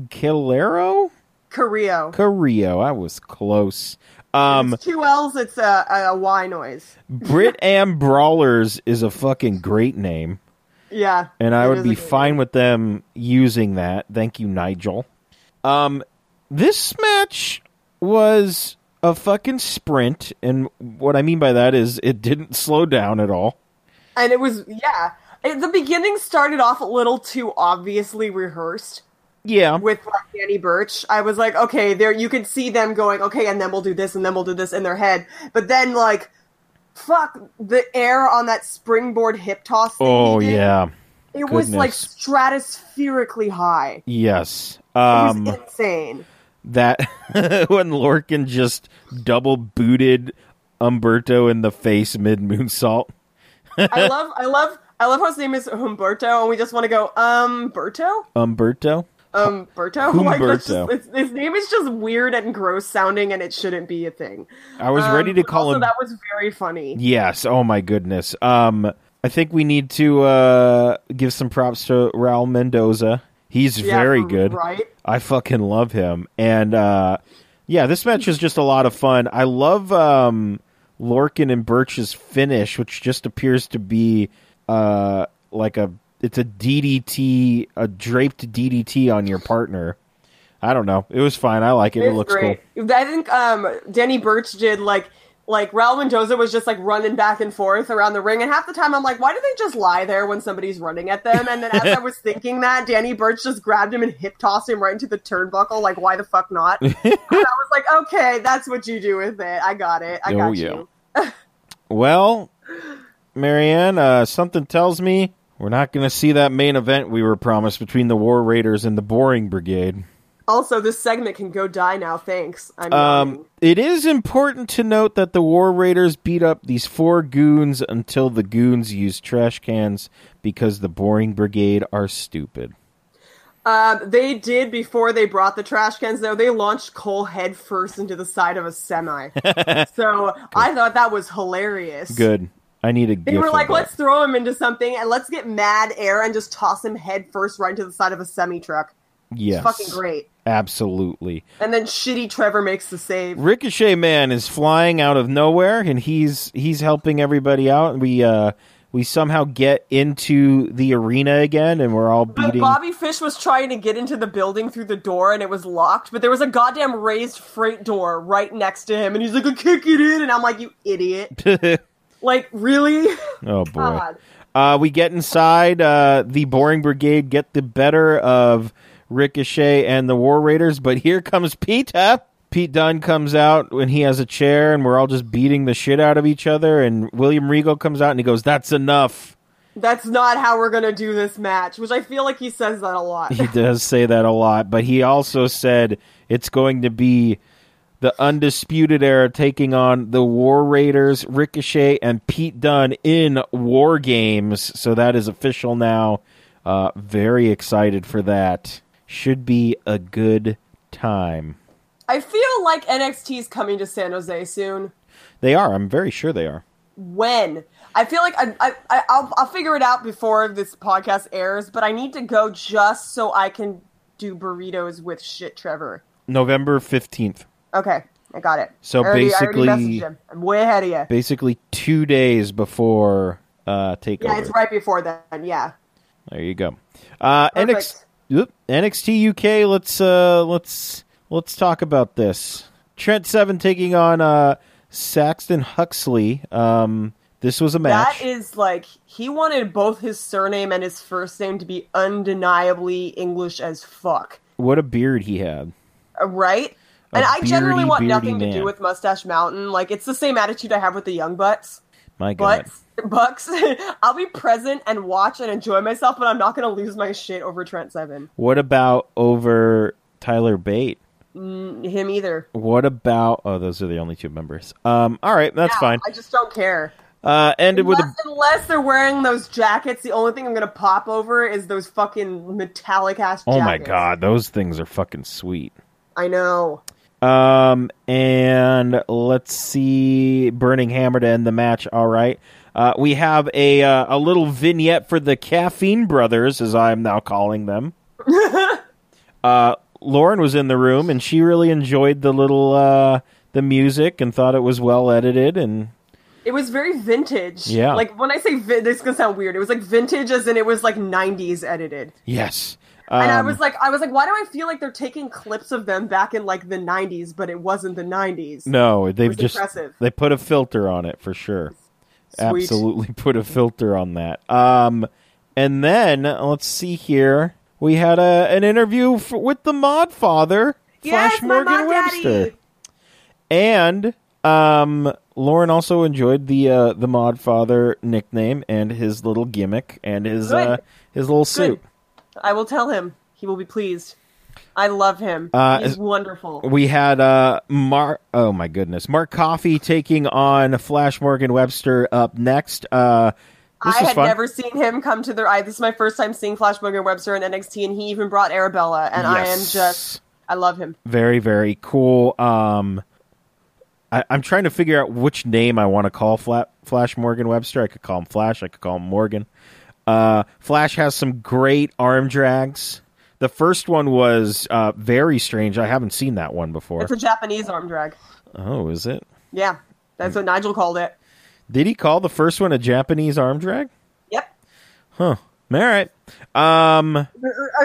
Speaker 3: Calero?
Speaker 4: Carrillo.
Speaker 3: Carrillo. I was close. Um,
Speaker 4: It's two L's. It's a, a Y noise. <laughs>
Speaker 3: Brit Am Brawlers is a fucking great name,
Speaker 4: Yeah.
Speaker 3: and I
Speaker 4: It
Speaker 3: would
Speaker 4: is a
Speaker 3: be
Speaker 4: good-
Speaker 3: fine with them using that. Thank you, Nigel. Um, this match was a fucking sprint, and what I mean by that is it didn't slow down at all.
Speaker 4: And it was yeah. It, the beginning started off a little too obviously rehearsed
Speaker 3: Yeah,
Speaker 4: with like Danny Birch. I was like, okay, there you could see them going, okay, and then we'll do this, and then we'll do this in their head. But then like, fuck the air on that springboard hip toss. Thing
Speaker 3: oh
Speaker 4: he did,
Speaker 3: yeah,
Speaker 4: it was like
Speaker 3: goodness.
Speaker 4: stratospherically high.
Speaker 3: yes.
Speaker 4: It
Speaker 3: Um,
Speaker 4: was
Speaker 3: <laughs>
Speaker 4: insane.
Speaker 3: that when Lorcan just double booted Umberto in the face mid moonsault.
Speaker 4: I love, I love, I love how his name is Humberto, and we just want to go, um, Berto,
Speaker 3: Umberto?
Speaker 4: um, Berto. <laughs> Like, that's
Speaker 3: Humberto.
Speaker 4: just- it's- his name is just weird and gross sounding, and it shouldn't be a thing.
Speaker 3: I was
Speaker 4: Um,
Speaker 3: ready to
Speaker 4: but
Speaker 3: call
Speaker 4: also
Speaker 3: him
Speaker 4: That was very funny.
Speaker 3: <laughs> Yes, oh my goodness. Um I think we need to uh give some props to Raul Mendoza. He's
Speaker 4: Yeah,
Speaker 3: very
Speaker 4: for-
Speaker 3: good.
Speaker 4: right?
Speaker 3: I fucking love him. And uh yeah, this match is just a lot of fun. I love um Lorcan and Birch's finish, which just appears to be uh like a it's a DDT, a draped DDT on your partner. I don't know. It was fine. I like it. It,
Speaker 4: was
Speaker 3: looks cool.
Speaker 4: great. I think um, Danny Birch did like like Raul Mendoza was just like running back and forth around the ring, and half the time I'm like, why do they just lie there when somebody's running at them? And then as I was thinking that, Danny Birch just grabbed him and hip tossed him right into the turnbuckle. Like, why the
Speaker 3: <laughs>
Speaker 4: fuck not? and I was like, okay, that's what you do with it. I got it. I
Speaker 3: Oh,
Speaker 4: got
Speaker 3: yeah.
Speaker 4: you.
Speaker 3: Well, Marianne, uh, something tells me we're not going to see that main event we were promised between the War Raiders and the Boring Brigade.
Speaker 4: Also, this segment can go die now. Thanks. I'm
Speaker 3: Um, it is important to note that the War Raiders beat up these four goons until the goons used trash cans because the Boring Brigade are stupid.
Speaker 4: Um, they did before they brought the trash cans, though. They launched Cole head first into the side of
Speaker 3: <laughs>
Speaker 4: a semi. so I thought that was hilarious.
Speaker 3: Good. I need a
Speaker 4: They
Speaker 3: gif
Speaker 4: were
Speaker 3: of
Speaker 4: like,
Speaker 3: that.
Speaker 4: let's throw him into something and let's get mad air and just toss him head first right into the side of a semi truck.
Speaker 3: yes,
Speaker 4: Fucking great.
Speaker 3: Absolutely.
Speaker 4: And then shitty Trevor makes the save.
Speaker 3: Ricochet Man is flying out of nowhere, and he's he's helping everybody out. We uh we somehow get into the arena again, and we're all
Speaker 4: But
Speaker 3: beating.
Speaker 4: Bobby Fish was trying to get into the building through the door and it was locked, but there was a goddamn raised freight door right next to him and he's like, I can't get in. And I'm like, you
Speaker 3: <laughs>
Speaker 4: idiot. like, really?
Speaker 3: oh boy!
Speaker 4: God.
Speaker 3: Uh, we get inside. Uh, the Boring Brigade get the better of Ricochet and the War Raiders, but here comes Pete. Pete Dunn comes out when he has a chair, and we're all just beating the shit out of each other. And William Regal comes out and he goes, "That's enough."
Speaker 4: that's not how we're gonna do this match, which I feel like he says that a
Speaker 3: <laughs>
Speaker 4: lot.
Speaker 3: he does say that a lot, but he also said it's going to be the Undisputed Era taking on the War Raiders, Ricochet, and Pete Dunne in War Games. So that is official now. Uh, very excited for that. Should be a good time.
Speaker 4: I feel like NXT's coming to San Jose soon.
Speaker 3: They are. I'm very sure they are.
Speaker 4: When? I feel like I, I, I, I'll, I'll figure it out before this podcast airs, but I need to go just so I can do burritos with shit Trevor.
Speaker 3: November 15th.
Speaker 4: Okay, I got it.
Speaker 3: So
Speaker 4: I already- I already
Speaker 3: basically-
Speaker 4: messaged him. I'm way ahead of you.
Speaker 3: Basically, two days before uh, takeover.
Speaker 4: Yeah, it's right before then. Yeah.
Speaker 3: There you go. Uh, NX,
Speaker 4: Perfect.
Speaker 3: oop, NXT UK. Let's uh, let's let's talk about this. Trent Seven taking on uh, Saxton Huxley. Um, this was a match.
Speaker 4: That is like he wanted both his surname and his first name to be undeniably English as fuck,
Speaker 3: what a beard he had.
Speaker 4: Uh, right? and I generally
Speaker 3: beardy,
Speaker 4: want
Speaker 3: beardy
Speaker 4: nothing to
Speaker 3: man.
Speaker 4: do with Mustache Mountain. Like it's the same attitude I have with the Young Butts.
Speaker 3: My God.
Speaker 4: Butts, Bucks. <laughs> I'll be present and watch and enjoy myself, but I'm not going to lose my shit over Trent Seven.
Speaker 3: What about over Tyler Bate?
Speaker 4: Him either.
Speaker 3: What about? Oh, those are the only two members. Um, all right, that's
Speaker 4: Yeah,
Speaker 3: fine.
Speaker 4: I just don't care.
Speaker 3: Uh, ended with a
Speaker 4: Unless, unless they're wearing those jackets, the only thing I'm going to pop over is those fucking metallic ass.
Speaker 3: Oh my god, those things are fucking sweet.
Speaker 4: I know.
Speaker 3: Um, and let's see, Burning Hammer to end the match. All right, uh, we have a uh, a little vignette for the Caffeine Brothers, as I'm now calling them. uh, Lauren was in the room, and she really enjoyed the little uh, the music and thought it was well edited. And
Speaker 4: It was very vintage.
Speaker 3: Yeah.
Speaker 4: Like when I say vi- this is gonna sound weird. It was like vintage, as in it was like '90s edited.
Speaker 3: yes,
Speaker 4: and I
Speaker 3: Um,
Speaker 4: was like, I was like, why do I feel like they're taking clips of them back in like the '90s, but it wasn't the '90s?
Speaker 3: no, they've just
Speaker 4: impressive.
Speaker 3: they put a filter on it for sure.
Speaker 4: Sweet.
Speaker 3: absolutely put a filter on that. Um, and then let's see here. We had a an interview f- with the Mod Father,
Speaker 4: Yes,
Speaker 3: Flash
Speaker 4: my
Speaker 3: Morgan
Speaker 4: mom,
Speaker 3: Webster,
Speaker 4: daddy.
Speaker 3: and um, Lauren also enjoyed the uh, the Mod Father nickname and his little gimmick and his
Speaker 4: Good.
Speaker 3: uh, his little suit.
Speaker 4: I will tell him. He will be pleased. I love him.
Speaker 3: Uh,
Speaker 4: He's
Speaker 3: is-
Speaker 4: wonderful.
Speaker 3: We had uh, Mark. Oh my goodness, Mark Coffey taking on Flash Morgan Webster up next. Uh, this
Speaker 4: I
Speaker 3: was
Speaker 4: had
Speaker 3: fun.
Speaker 4: never seen him come to their. I, this is my first time seeing Flash Morgan Webster in NXT, and he even brought Arabella, and I am
Speaker 3: Yes.
Speaker 4: just, I love him.
Speaker 3: very very cool um I, i'm trying to figure out which name i want to call Fla- flash morgan webster i could call him flash i could call him morgan uh flash has some great arm drags the first one was uh very strange i haven't seen that one before
Speaker 4: It's a Japanese arm drag.
Speaker 3: oh is it
Speaker 4: Yeah,
Speaker 3: Mm.
Speaker 4: that's what Nigel called it.
Speaker 3: did he call the first one a japanese arm drag
Speaker 4: Yep.
Speaker 3: huh all right um
Speaker 4: Uh,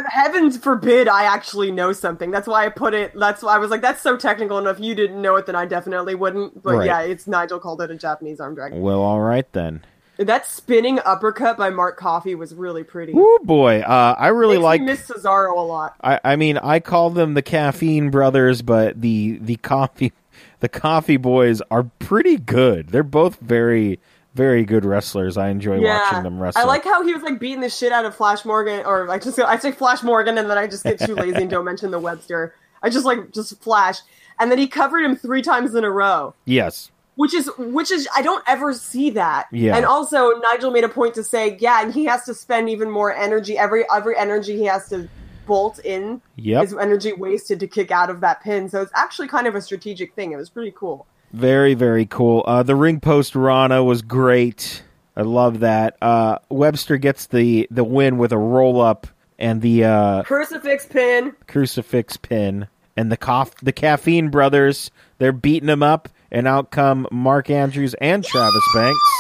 Speaker 4: Heavens forbid I actually know something. That's why I put it. That's why I was like, that's so technical. And if you didn't know it, then I definitely wouldn't. But
Speaker 3: Right.
Speaker 4: yeah, it's Nigel called it a Japanese arm drag.
Speaker 3: well all right then
Speaker 4: That spinning uppercut by Mark Coffey was really pretty.
Speaker 3: Ooh boy uh i really
Speaker 4: Makes
Speaker 3: like
Speaker 4: me miss Cesaro a lot.
Speaker 3: I, I mean, I call them the caffeine brothers, but the the coffee <laughs> the coffee boys are pretty good. They're both very very good wrestlers. I enjoy watching them wrestle.
Speaker 4: I like how he was like beating the shit out of Flash Morgan, or I just I say Flash Morgan, and then I just get too lazy and don't mention the Webster. I just like just Flash, and then he covered him three times in a row,
Speaker 3: yes,
Speaker 4: which is which is I don't ever see that.
Speaker 3: Yeah.
Speaker 4: And also Nigel made a point to say, yeah, and he has to spend even more energy every every energy he has to bolt in
Speaker 3: Yep.
Speaker 4: is energy wasted to kick out of that pin. So it's actually kind of a strategic thing. It was pretty cool.
Speaker 3: very very cool. Uh, the ring post Rana was great. I love that. Uh, Webster gets the the win with a roll up and the uh,
Speaker 4: Crucifix pin.
Speaker 3: crucifix pin and the coff the caffeine brothers. They're beating him up, and out come Mark Andrews and Travis Banks.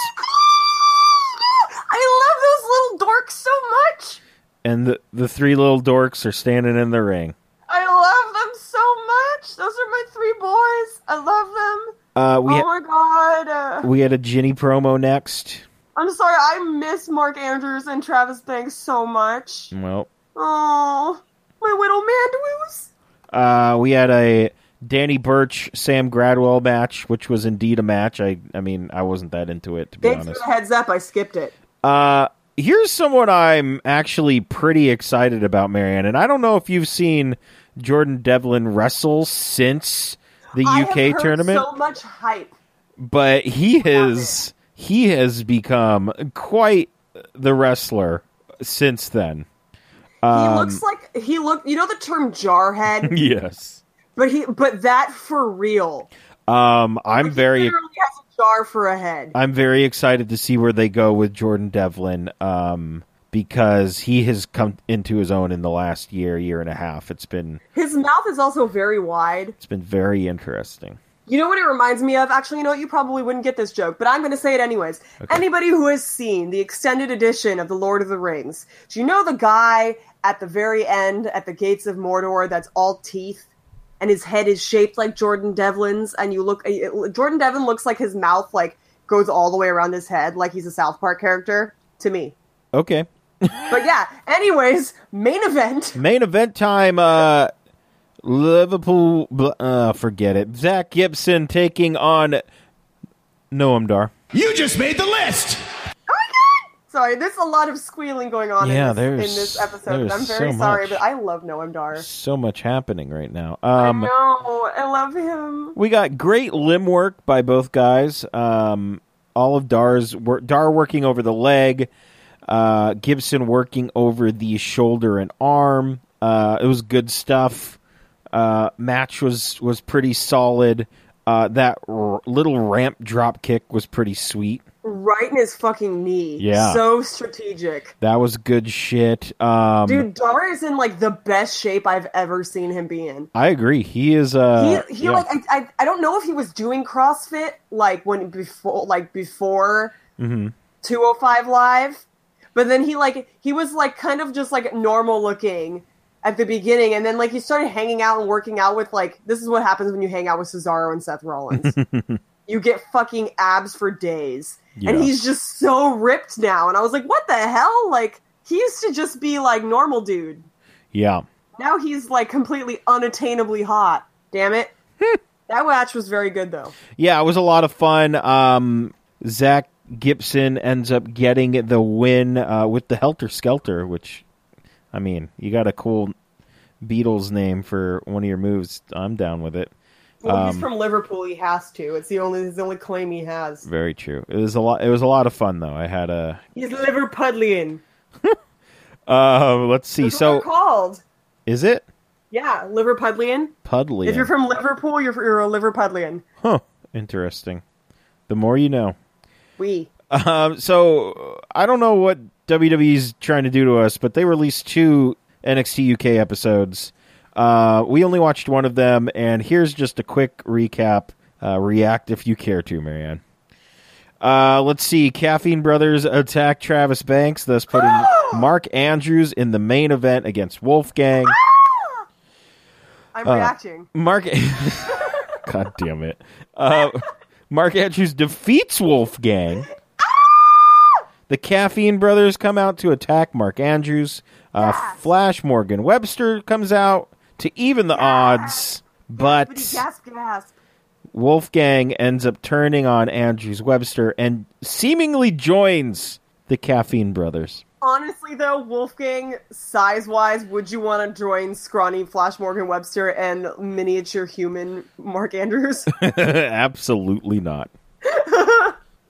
Speaker 4: I love those little dorks so much.
Speaker 3: and the, the three little dorks are standing in the ring.
Speaker 4: I love them so much. Those are my three boys. I love them.
Speaker 3: Uh, we
Speaker 4: oh
Speaker 3: ha-
Speaker 4: my god. Uh,
Speaker 3: we had a Ginny promo next.
Speaker 4: I'm sorry. I miss Mark Andrews and Travis Banks so much.
Speaker 3: Well,
Speaker 4: Oh, my widow Mandwoos.
Speaker 3: uh, we had a Danny Birch Sam Gradwell match, which was indeed a match. I I mean I wasn't that into it to be
Speaker 4: Thanks for
Speaker 3: honest.
Speaker 4: the heads up. I skipped it.
Speaker 3: Uh, here's someone I'm actually pretty excited about, Marianne, and I don't know if you've seen Jordan Devlin wrestle since the
Speaker 4: I have
Speaker 3: UK
Speaker 4: heard
Speaker 3: tournament.
Speaker 4: So much hype.
Speaker 3: but he has he has become quite the wrestler since then. Um,
Speaker 4: he looks like he looked. You know the
Speaker 3: <laughs>
Speaker 4: term jarhead,
Speaker 3: <laughs> yes.
Speaker 4: but he but that for real.
Speaker 3: Um, I'm
Speaker 4: He
Speaker 3: very Uh,
Speaker 4: literally has a jar for a head.
Speaker 3: I'm very excited to see where they go with Jordan Devlin um, because he has come into his own in the last year, year and a half. It's been
Speaker 4: His mouth is also very wide.
Speaker 3: it's been very interesting.
Speaker 4: You know what it reminds me of? Actually, you know what? You probably wouldn't get this joke, but I'm going to say it anyways. Anybody who has seen the extended edition of The Lord of the Rings, do you know the guy at the very end at the gates of Mordor that's all teeth and his head is shaped like Jordan Devlin's? And you look, it- Jordan Devlin looks like his mouth like goes all the way around his head, like he's a South Park character to me.
Speaker 3: Okay,
Speaker 4: But yeah, anyways, main event. <laughs>
Speaker 3: main event time. Uh, Liverpool. bl- Uh, forget it. Zach Gibson taking on Noam Dar.
Speaker 5: You just made the list!
Speaker 4: Sorry, there's a lot of squealing going on
Speaker 3: Yeah,
Speaker 4: in,
Speaker 3: there's-
Speaker 4: this, in this episode.
Speaker 3: there's
Speaker 4: but I'm very
Speaker 3: so
Speaker 4: sorry,
Speaker 3: much.
Speaker 4: but I love Noam Dar.
Speaker 3: So much happening right now.
Speaker 4: I
Speaker 3: Um,
Speaker 4: know, I love him.
Speaker 3: We got great limb work by both guys. Um, all of Dar's wor- Dar working over the leg, uh, Gibson working over the shoulder and arm. Uh, it was good stuff. Uh, match was was pretty solid. Uh, that r- little ramp drop kick was pretty sweet.
Speaker 4: Right in his fucking knee.
Speaker 3: Yeah.
Speaker 4: So strategic.
Speaker 3: That was good shit. Um,
Speaker 4: Dude, Dar is in like the best shape I've ever seen him be in.
Speaker 3: I agree. He is. Uh,
Speaker 4: he he
Speaker 3: yeah.
Speaker 4: like I, I I don't know if he was doing CrossFit like when before like before 205 live, but then he like he was like kind of just like normal looking at the beginning, and then like he started hanging out and working out with like this is what happens when you hang out with Cesaro and Seth Rollins. you get fucking abs for days,
Speaker 3: Yeah.
Speaker 4: and he's just so ripped now. And I was like, what the hell? Like he used to just be like normal dude.
Speaker 3: yeah.
Speaker 4: Now he's like completely unattainably hot. Damn it. that match was very good though.
Speaker 3: Yeah, it was a lot of fun. Um, Zach Gibson ends up getting the win uh, with the Helter Skelter, which, I mean, you got a cool Beatles name for one of your moves. I'm down with it.
Speaker 4: Well, he's from Liverpool. He has to. It's the only his only claim he has.
Speaker 3: Very true. It was a lot. It was a lot of fun, though. I had a.
Speaker 4: He's Liverpudlian.
Speaker 3: Uh, let's see.
Speaker 4: That's what
Speaker 3: So
Speaker 4: they're called.
Speaker 3: is it
Speaker 4: Yeah, Liverpudlian.
Speaker 3: Pudley?
Speaker 4: If you're from Liverpool, you're, you're a Liverpudlian.
Speaker 3: huh? Interesting. The more you know.
Speaker 4: We.
Speaker 3: Um, so I don't know what WWE's trying to do to us, but they released two NXT UK episodes. Uh, we only watched one of them, and here's just a quick recap. Uh, react if you care to, Marianne. Uh, let's see. Caffeine Brothers attack Travis Banks, thus putting Mark Andrews in the main event against Wolfgang.
Speaker 4: I'm reacting.
Speaker 3: Mark. <laughs> God damn it. Uh, Mark Andrews defeats Wolfgang. The Caffeine Brothers come out to attack Mark Andrews. Uh, Flash Morgan Webster comes out to even the odds,
Speaker 4: But
Speaker 3: but
Speaker 4: he gasp, gasp.
Speaker 3: Wolfgang ends up turning on Andrews Webster and seemingly joins the Caffeine Brothers.
Speaker 4: Honestly, though, Wolfgang, size wise, would you want to join scrawny Flash Morgan Webster and miniature human Mark Andrews?
Speaker 3: <laughs>
Speaker 4: <laughs>
Speaker 3: Absolutely <laughs> not.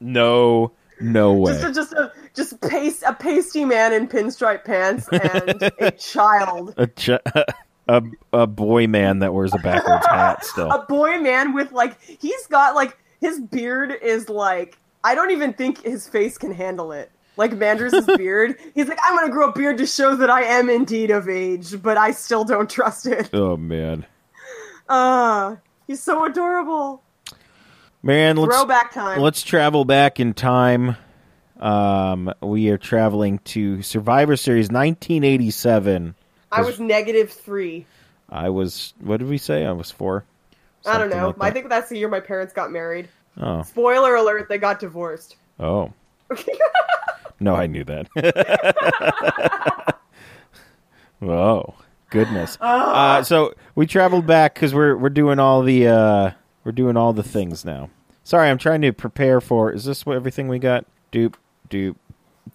Speaker 3: no, no way.
Speaker 4: just a, just a just paste a pasty man in pinstripe pants and a child
Speaker 3: a ch- <laughs> a a boy man that wears a backwards hat
Speaker 4: <laughs> a
Speaker 3: still.
Speaker 4: boy man with like he's got like his beard is like i don't even think his face can handle it like
Speaker 3: <laughs>
Speaker 4: Mandrus's beard, he's like, I'm gonna grow a beard to show that I am indeed of age, but I still don't trust it. <laughs>
Speaker 3: Oh man,
Speaker 4: Uh, he's so adorable.
Speaker 3: man, let's
Speaker 4: Throwback time.
Speaker 3: let's travel back in time. Um, we are traveling to Survivor Series 1987.
Speaker 4: I was negative three.
Speaker 3: I was what did we say? I was four.
Speaker 4: I don't
Speaker 3: Something
Speaker 4: know.
Speaker 3: like
Speaker 4: I
Speaker 3: that.
Speaker 4: think that's the year my parents got married.
Speaker 3: Oh,
Speaker 4: Spoiler alert: they got divorced.
Speaker 3: oh. No, I knew that. <laughs> Whoa, goodness! Uh, so we traveled back because we're we're doing all the uh, we're doing all the things now. Sorry, I'm trying to prepare for. Is this what everything we got? Doop doop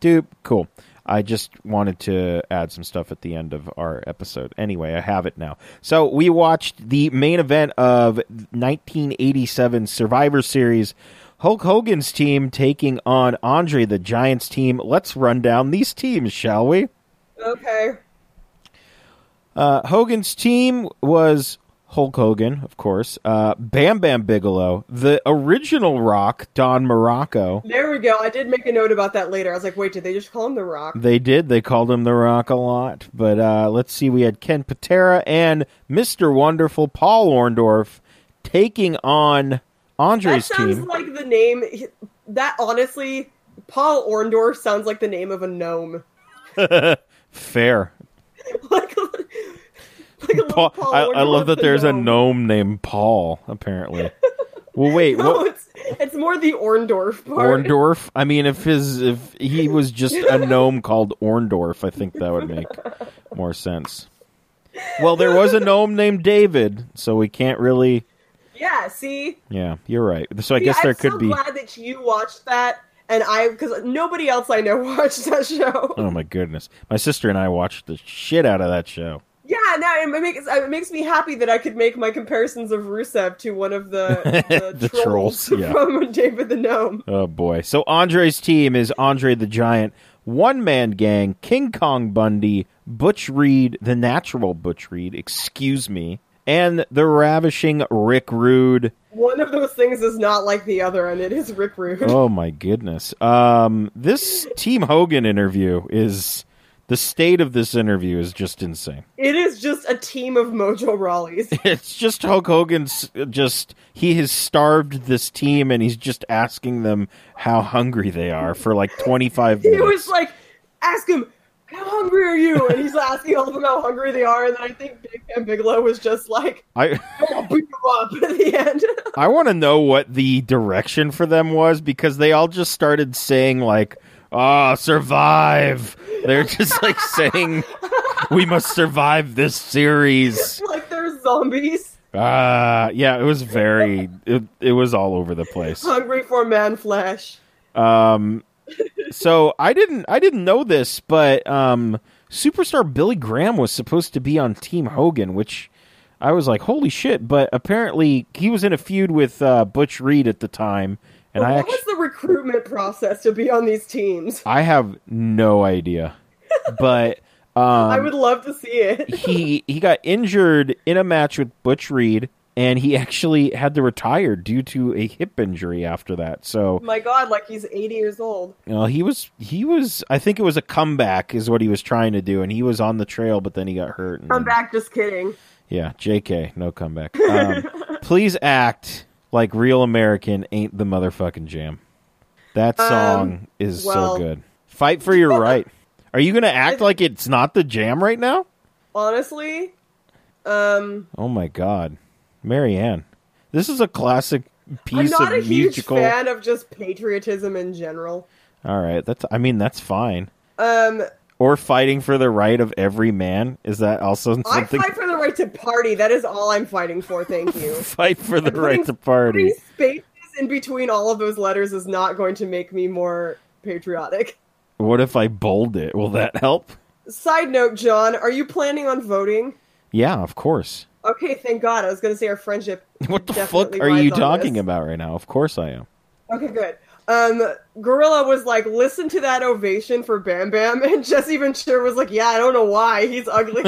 Speaker 3: doop. Cool. I just wanted to add some stuff at the end of our episode. Anyway, I have it now. So we watched the main event of 1987 Survivor Series. Hulk Hogan's team taking on Andre the Giant's team. Let's run down these teams, shall we?
Speaker 4: Okay.
Speaker 3: Uh, Hogan's team was Hulk Hogan, of course, uh, Bam Bam Bigelow, the original Rock, Don Morocco.
Speaker 4: There we go. I did make a note about that later. I was like, wait, did they just call him The Rock?
Speaker 3: They did. They called him The Rock a lot. But uh, let's see. We had Ken Patera and Mr. Wonderful Paul Orndorff taking on
Speaker 4: That
Speaker 3: Andre's
Speaker 4: sounds
Speaker 3: team.
Speaker 4: like the name. That honestly, Paul Orndorff sounds like the name of a gnome. <laughs>
Speaker 3: Fair.
Speaker 4: like, a- like a little
Speaker 3: Paul,
Speaker 4: Paul.
Speaker 3: I, I
Speaker 4: Orndorff
Speaker 3: love that
Speaker 4: the
Speaker 3: there's a gnome named Paul, apparently. well, wait.
Speaker 4: <laughs> No,
Speaker 3: what?
Speaker 4: it's, it's more the Orndorff part.
Speaker 3: Orndorff. I mean, if his if he was just
Speaker 4: <laughs>
Speaker 3: a gnome called Orndorff, I think that would make more sense. Well, there was a gnome named David, so we can't really.
Speaker 4: Yeah, see,
Speaker 3: Yeah, you're right. So I
Speaker 4: See,
Speaker 3: guess there
Speaker 4: I'm
Speaker 3: could
Speaker 4: so
Speaker 3: be.
Speaker 4: glad that you watched that, and I because nobody else I know <laughs> watched that show.
Speaker 3: Oh my goodness, my sister and I watched the shit out of that show.
Speaker 4: Yeah, no, it ma- makes it makes me happy that I could make my comparisons of Rusev to one of
Speaker 3: <laughs>
Speaker 4: the the,
Speaker 3: The
Speaker 4: trolls,
Speaker 3: trolls, yeah.
Speaker 4: <laughs> from David the Gnome.
Speaker 3: Oh boy. So Andre's team is Andre the Giant, One Man Gang, King Kong Bundy, Butch Reed, the natural Butch Reed, excuse me, and the ravishing Rick Rude.
Speaker 4: One of those things is not like the other, and it is Rick Rude.
Speaker 3: Oh my goodness. Um this Team Hogan interview is the state of this interview is just insane.
Speaker 4: It is just a team of
Speaker 3: <laughs>
Speaker 4: Mojo Raleighs.
Speaker 3: It's just Hulk Hogan's just he has starved this team and he's just asking them how hungry they are for like 25
Speaker 4: <laughs> He
Speaker 3: minutes.
Speaker 4: was like, "Ask him." How hungry are you? And he's asking all of them how hungry they are, and then I think Big Sam Bigelow was just like,
Speaker 3: I
Speaker 4: "I'll beat you up <laughs> at the end."
Speaker 3: I want to know what the direction for them was because they all just started saying like, "Ah, survive." They're just
Speaker 4: <laughs>
Speaker 3: like saying, "We must survive this series."
Speaker 4: like they're zombies
Speaker 3: Ah, yeah, it was very it, it was all over the place.
Speaker 4: hungry for man flesh.
Speaker 3: Um so I didn't I didn't know this, but um superstar Billy Graham was supposed to be on Team Hogan, which I was like, "Holy shit." But apparently he was in a feud with uh, Butch Reed at the time. And I
Speaker 4: what
Speaker 3: actually,
Speaker 4: was the recruitment process to be on these teams?
Speaker 3: I have no idea, but um,
Speaker 4: I would love to see it. <laughs>
Speaker 3: he he got injured in a match with Butch Reed, and he actually had to retire due to a hip injury after that. So
Speaker 4: My God, like he's 80 years old.
Speaker 3: you know, he was he was I think it was a comeback is what he was trying to do, and he was on the trail, but then he got hurt. And,
Speaker 4: I'm back, just kidding.
Speaker 3: Yeah, J.K. No comeback. Um,
Speaker 4: <laughs>
Speaker 3: please act like real American ain't the motherfucking jam. That song is
Speaker 4: Um, well-
Speaker 3: so good. Fight for
Speaker 4: <laughs>
Speaker 3: your right. Are you gonna act like it's not the jam right now?
Speaker 4: Honestly, um,
Speaker 3: Oh my god, Marianne, this is a classic
Speaker 4: I'm
Speaker 3: piece
Speaker 4: not a
Speaker 3: of musical.
Speaker 4: huge fan of just patriotism in general.
Speaker 3: All right, that's. I mean, that's fine.
Speaker 4: Um,
Speaker 3: Or fighting for the right of every man is that also
Speaker 4: I
Speaker 3: something?
Speaker 4: fight for the right to party. That is all I'm fighting for. Thank you.
Speaker 3: <laughs> Fight for the right to
Speaker 4: Putting
Speaker 3: party.
Speaker 4: spaces in between all of those letters is not going to make me more patriotic.
Speaker 3: What if I bold it? Will that help?
Speaker 4: Side note, John, are you planning on voting?
Speaker 3: Yeah, of course.
Speaker 4: Okay, thank God. I was going to say our friendship.
Speaker 3: <laughs> What the
Speaker 4: definitely
Speaker 3: fuck are you
Speaker 4: rides on
Speaker 3: talking
Speaker 4: this.
Speaker 3: about right now? Of course I am.
Speaker 4: Okay, good. Um, Gorilla was like, listen to that ovation for Bam Bam, <laughs> and Jesse Ventura was like, yeah, I don't know why
Speaker 3: <laughs>
Speaker 4: he's ugly,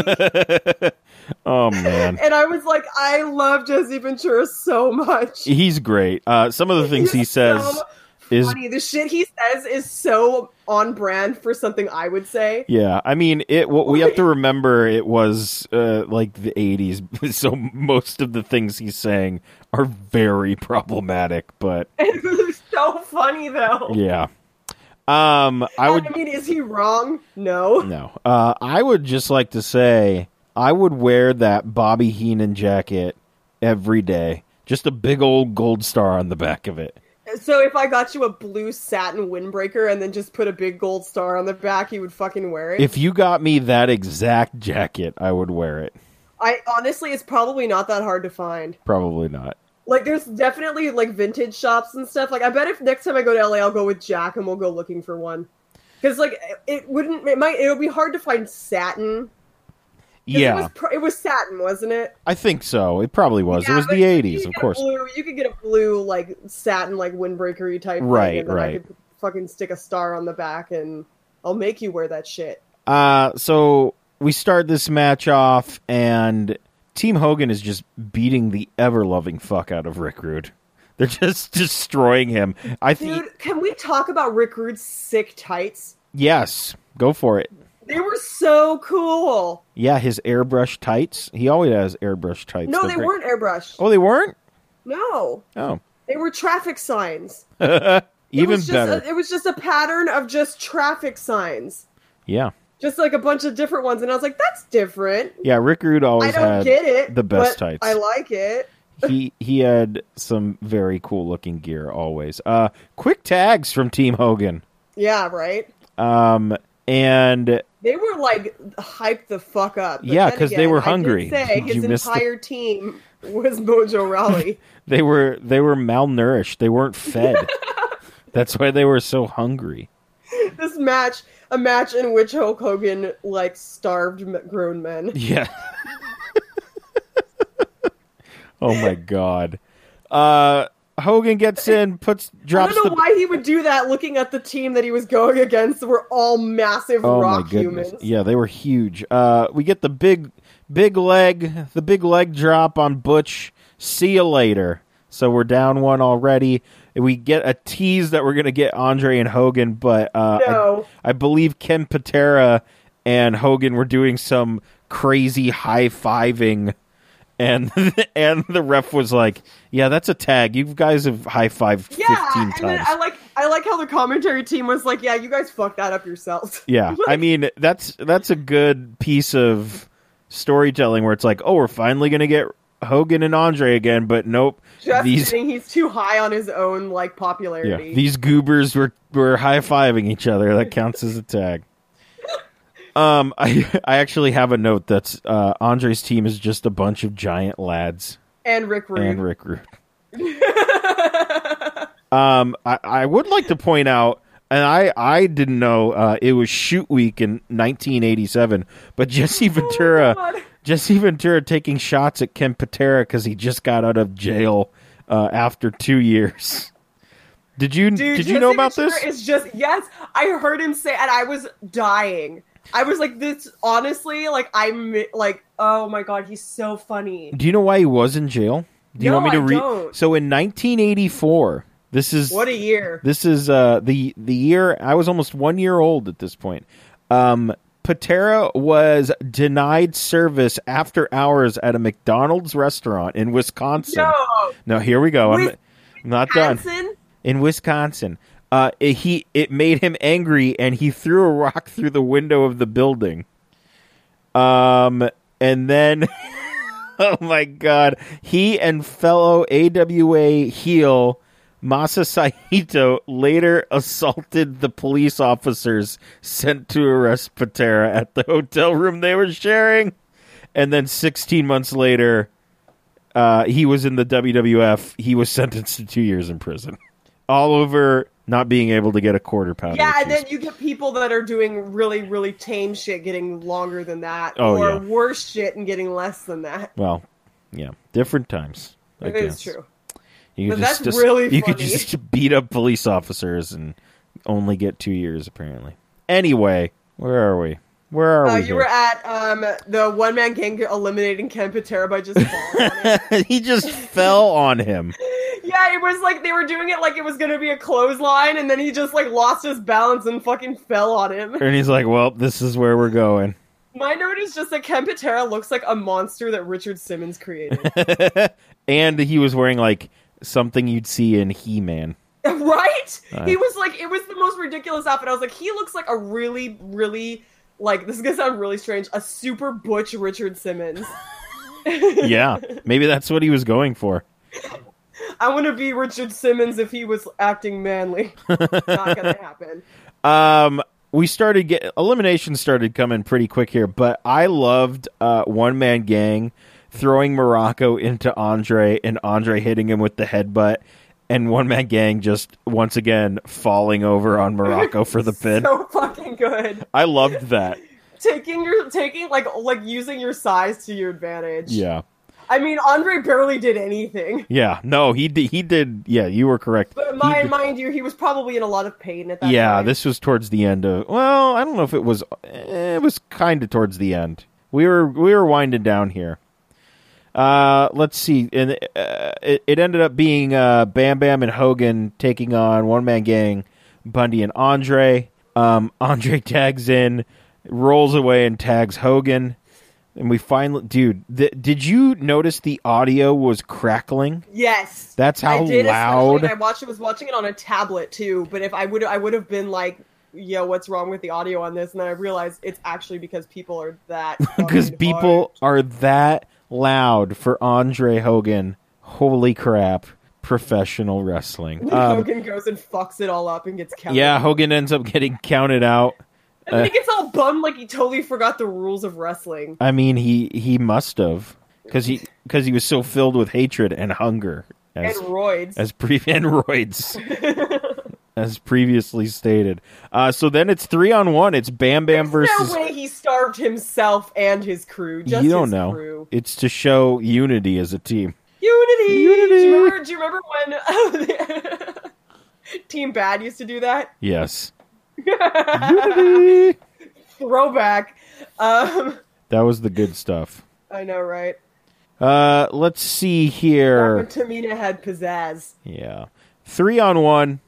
Speaker 3: Oh man,
Speaker 4: and I was like, I love Jesse Ventura so much.
Speaker 3: he's great. Uh, some of the things he
Speaker 4: He's
Speaker 3: says
Speaker 4: so
Speaker 3: is
Speaker 4: Funny, the shit he says is so on brand for something I would say.
Speaker 3: Yeah, I mean, it. What we
Speaker 4: <laughs>
Speaker 3: have to remember, it was uh, like the '80s, <laughs> so most of the things he's saying are very problematic. But
Speaker 4: <laughs> It was so funny though.
Speaker 3: yeah, um, I
Speaker 4: I,
Speaker 3: would
Speaker 4: mean, is he wrong? No.
Speaker 3: no. Uh, I would just like to say I would wear that Bobby Heenan jacket every day, just a big old gold star on the back of it.
Speaker 4: So if I got you a blue satin windbreaker and then just put a big gold star on the back, you would fucking wear it.
Speaker 3: If you got me that exact jacket, I would wear it.
Speaker 4: I honestly, it's probably not that hard to find.
Speaker 3: Probably not.
Speaker 4: Like, there's definitely like vintage shops and stuff. Like, I bet if next time I go to LA, I'll go with Jack and we'll go looking for one. Because like it wouldn't, it might, it would be hard to find satin. 'Cause
Speaker 3: Yeah,
Speaker 4: it was, pr- it was satin, wasn't it?
Speaker 3: I think so. It probably was.
Speaker 4: Yeah,
Speaker 3: it was
Speaker 4: but
Speaker 3: the
Speaker 4: you could
Speaker 3: '80s,
Speaker 4: get
Speaker 3: of
Speaker 4: a
Speaker 3: course.
Speaker 4: Blue, you could get a blue like satin like windbreakery type. thing,
Speaker 3: Right,
Speaker 4: and then I
Speaker 3: right.
Speaker 4: could fucking stick a star on the back, and I'll make you wear that shit.
Speaker 3: Uh, so we start this match off, and Team Hogan is just beating the ever loving fuck out of Rick Rude. They're just <laughs> destroying him. I think.
Speaker 4: Dude, can we talk about Rick Rude's sick tights?
Speaker 3: Yes, go for it.
Speaker 4: They were so cool.
Speaker 3: Yeah, his airbrush tights. He always has airbrush tights.
Speaker 4: No,
Speaker 3: They're
Speaker 4: they
Speaker 3: great.
Speaker 4: weren't airbrushed.
Speaker 3: Oh, they weren't.
Speaker 4: No,
Speaker 3: Oh,
Speaker 4: they were traffic signs. It
Speaker 3: even
Speaker 4: was just
Speaker 3: better.
Speaker 4: A, it was just a pattern of just traffic signs,
Speaker 3: yeah,
Speaker 4: just like a bunch of different ones, and I was like, "That's different."
Speaker 3: yeah. Rick Rude always
Speaker 4: I don't
Speaker 3: had
Speaker 4: get it.
Speaker 3: the best
Speaker 4: but
Speaker 3: tights.
Speaker 4: I like it. <laughs>
Speaker 3: he he had some very cool looking gear always. Uh, quick tags from Team Hogan.
Speaker 4: Yeah, right.
Speaker 3: Um, and
Speaker 4: They were like hyped the fuck up. But
Speaker 3: Yeah,
Speaker 4: then
Speaker 3: 'cause they
Speaker 4: again,
Speaker 3: were
Speaker 4: I did
Speaker 3: hungry.
Speaker 4: say
Speaker 3: You
Speaker 4: his
Speaker 3: missed the-
Speaker 4: entire team was
Speaker 3: <laughs>
Speaker 4: Mojo Raleigh.
Speaker 3: they were they were malnourished. They weren't
Speaker 4: <laughs>
Speaker 3: fed. That's why they were so hungry.
Speaker 4: this match, a match in which Hulk Hogan like starved m- grown men.
Speaker 3: Yeah. <laughs> oh my god. Uh, Hogan gets in, puts
Speaker 4: I
Speaker 3: drops
Speaker 4: don't know
Speaker 3: the
Speaker 4: why he would do that. Looking at the team that he was going against, were all massive
Speaker 3: Oh
Speaker 4: rock
Speaker 3: my goodness!
Speaker 4: humans.
Speaker 3: Yeah, they were huge. Uh, we get the big, big leg, the big leg drop on Butch. See you later. So we're down one already. We get a tease that we're gonna get Andre and Hogan, but uh, I-
Speaker 4: No.
Speaker 3: I, believe Ken Patera and Hogan were doing some crazy high fiving, and <laughs> and the ref was like, "Yeah, that's a tag. You guys have high fived
Speaker 4: Yeah,
Speaker 3: fifteen
Speaker 4: and
Speaker 3: times."
Speaker 4: then I like I like how the commentary team was like, "Yeah, you guys fucked that up yourselves."
Speaker 3: Yeah, I mean that's that's a good piece of storytelling where it's like, oh, we're finally gonna get Hogan and Andre again, but nope,
Speaker 4: <laughs> Just
Speaker 3: these
Speaker 4: kidding, he's too high on his own like
Speaker 3: yeah,
Speaker 4: popularity.
Speaker 3: these goobers were were high fiving each other. That counts as a tag. Um, I I actually have a note that's uh, Andre's team is just a bunch of giant lads
Speaker 4: and Rick Rude.
Speaker 3: and Rick
Speaker 4: <laughs>
Speaker 3: Rude. um, I, I would like to point out, and I, I didn't know uh, it was shoot week in 1987, but Jesse
Speaker 4: Oh
Speaker 3: Ventura,
Speaker 4: God.
Speaker 3: Jesse Ventura taking shots at Ken Patera because he just got out of jail uh, after two years. Did you
Speaker 4: Dude,
Speaker 3: did you know
Speaker 4: Jesse
Speaker 3: about
Speaker 4: Ventura
Speaker 3: this?
Speaker 4: Is just yes, I heard him say, and I was dying. I was like, this honestly, like I'm like, oh my god, he's so funny.
Speaker 3: Do you know why he was in jail? Do you
Speaker 4: No,
Speaker 3: want me to
Speaker 4: I
Speaker 3: read?
Speaker 4: don't.
Speaker 3: So in 1984, this is
Speaker 4: What a year!
Speaker 3: This is uh, the the year I was almost one year old at this point. Um, Patera was denied service after hours at a McDonald's restaurant in Wisconsin.
Speaker 4: No,
Speaker 3: No, here we go. I'm
Speaker 4: Wis-
Speaker 3: I'm not done
Speaker 4: Hanson,
Speaker 3: in Wisconsin. Uh, it- he it made him angry, and he threw a rock through the window of the building. Um, and then, <laughs> oh my god, he and fellow AWA heel Masa Saito later assaulted the police officers sent to arrest Patera at the hotel room they were sharing, and then 16 months later. Uh, he was in the WWF. He was sentenced to two years in prison, all over not being able to get a quarter pounder.
Speaker 4: yeah,
Speaker 3: which
Speaker 4: and
Speaker 3: is-
Speaker 4: then you get people that are doing really, really tame shit, getting longer than that,
Speaker 3: Oh,
Speaker 4: or
Speaker 3: yeah.
Speaker 4: worse shit and getting less than that.
Speaker 3: well, yeah, different times. I
Speaker 4: It is
Speaker 3: guess.
Speaker 4: true.
Speaker 3: You could
Speaker 4: But
Speaker 3: just,
Speaker 4: that's
Speaker 3: just-
Speaker 4: really
Speaker 3: you could
Speaker 4: funny.
Speaker 3: just <laughs> beat up police officers and only get two years apparently. Anyway, where are we? Where are
Speaker 4: Uh,
Speaker 3: we?
Speaker 4: you
Speaker 3: here?
Speaker 4: were at um, the one man gang eliminating Ken Patera by
Speaker 3: <laughs>
Speaker 4: just falling on him.
Speaker 3: he just fell on him.
Speaker 4: Yeah, it was like they were doing it like it was gonna be a clothesline, and then he just like lost his balance and fucking fell on him. <laughs>
Speaker 3: And he's like, Well, this is where we're going.
Speaker 4: My note is just that Ken Patera looks like a monster that Richard
Speaker 3: <laughs>
Speaker 4: Simmons created.
Speaker 3: and he was wearing like something you'd see in He Man.
Speaker 4: right?
Speaker 3: Uh.
Speaker 4: He was like, it was the most ridiculous outfit. I was like, he looks like a really, really, like, this is gonna sound really strange, a super butch
Speaker 3: <laughs>
Speaker 4: Richard Simmons.
Speaker 3: Yeah. Maybe that's what he was going for.
Speaker 4: I wanna be Richard Simmons if he was
Speaker 3: <laughs>
Speaker 4: acting manly. Not gonna happen.
Speaker 3: Um, we started get elimination started coming pretty quick here, but I loved uh, one man gang throwing Morocco into Andre and Andre hitting him with the headbutt, and one man gang just once again falling over on Morocco for
Speaker 4: <laughs>
Speaker 3: the pin.
Speaker 4: So fucking good.
Speaker 3: I loved that.
Speaker 4: Taking your, taking, like, like using your size to your advantage.
Speaker 3: Yeah.
Speaker 4: I mean, Andre barely did anything.
Speaker 3: Yeah, no, he did. He did. Yeah, you were correct.
Speaker 4: But
Speaker 3: He
Speaker 4: mind,
Speaker 3: did-
Speaker 4: mind you, he was probably in a lot of pain at that
Speaker 3: yeah,
Speaker 4: time.
Speaker 3: this was towards the end of. Well, I don't know if it was. eh, It was kind of towards the end. We were we were winding down here. Uh, let's see, and uh, it, it ended up being uh, Bam Bam and Hogan taking on One Man Gang, Bundy and Andre. Um, <laughs> Andre tags in, rolls away, and tags Hogan. And we finally, dude, th- did you notice the audio was crackling?
Speaker 4: Yes.
Speaker 3: That's how
Speaker 4: I did, especially
Speaker 3: loud-
Speaker 4: when I watched it was watching it on a tablet too, but if I would I would have been like, yo, what's wrong with the audio on this? And then I realized it's actually because people are
Speaker 3: <laughs>
Speaker 4: that
Speaker 3: because
Speaker 4: fucking
Speaker 3: people are that loud for Andre Hogan. Holy crap! Professional wrestling.
Speaker 4: hard. <laughs>
Speaker 3: Um,
Speaker 4: Hogan goes and fucks it all up and gets counted.
Speaker 3: yeah, uh, Hogan ends up getting counted out.
Speaker 4: And then he gets all bummed like he totally forgot the rules of wrestling.
Speaker 3: I mean, he he must have because he because he was so filled with hatred and hunger as
Speaker 4: and roids.
Speaker 3: as pre <laughs> and
Speaker 4: <laughs>
Speaker 3: roids. As previously stated, uh, so then it's three on one. It's Bam Bam versus
Speaker 4: no way he starved himself and his crew. Just
Speaker 3: you don't
Speaker 4: his
Speaker 3: know.
Speaker 4: crew.
Speaker 3: It's to show unity as a team.
Speaker 4: Unity.
Speaker 3: Unity!
Speaker 4: Do you remember, do you remember when <laughs> Team Bad used to do that? <laughs>
Speaker 3: Yes, <laughs> unity.
Speaker 4: Throwback. Um,
Speaker 3: That was the good stuff.
Speaker 4: I know, right?
Speaker 3: Uh, let's see here.
Speaker 4: But Tamina had pizzazz.
Speaker 3: Yeah, three on one.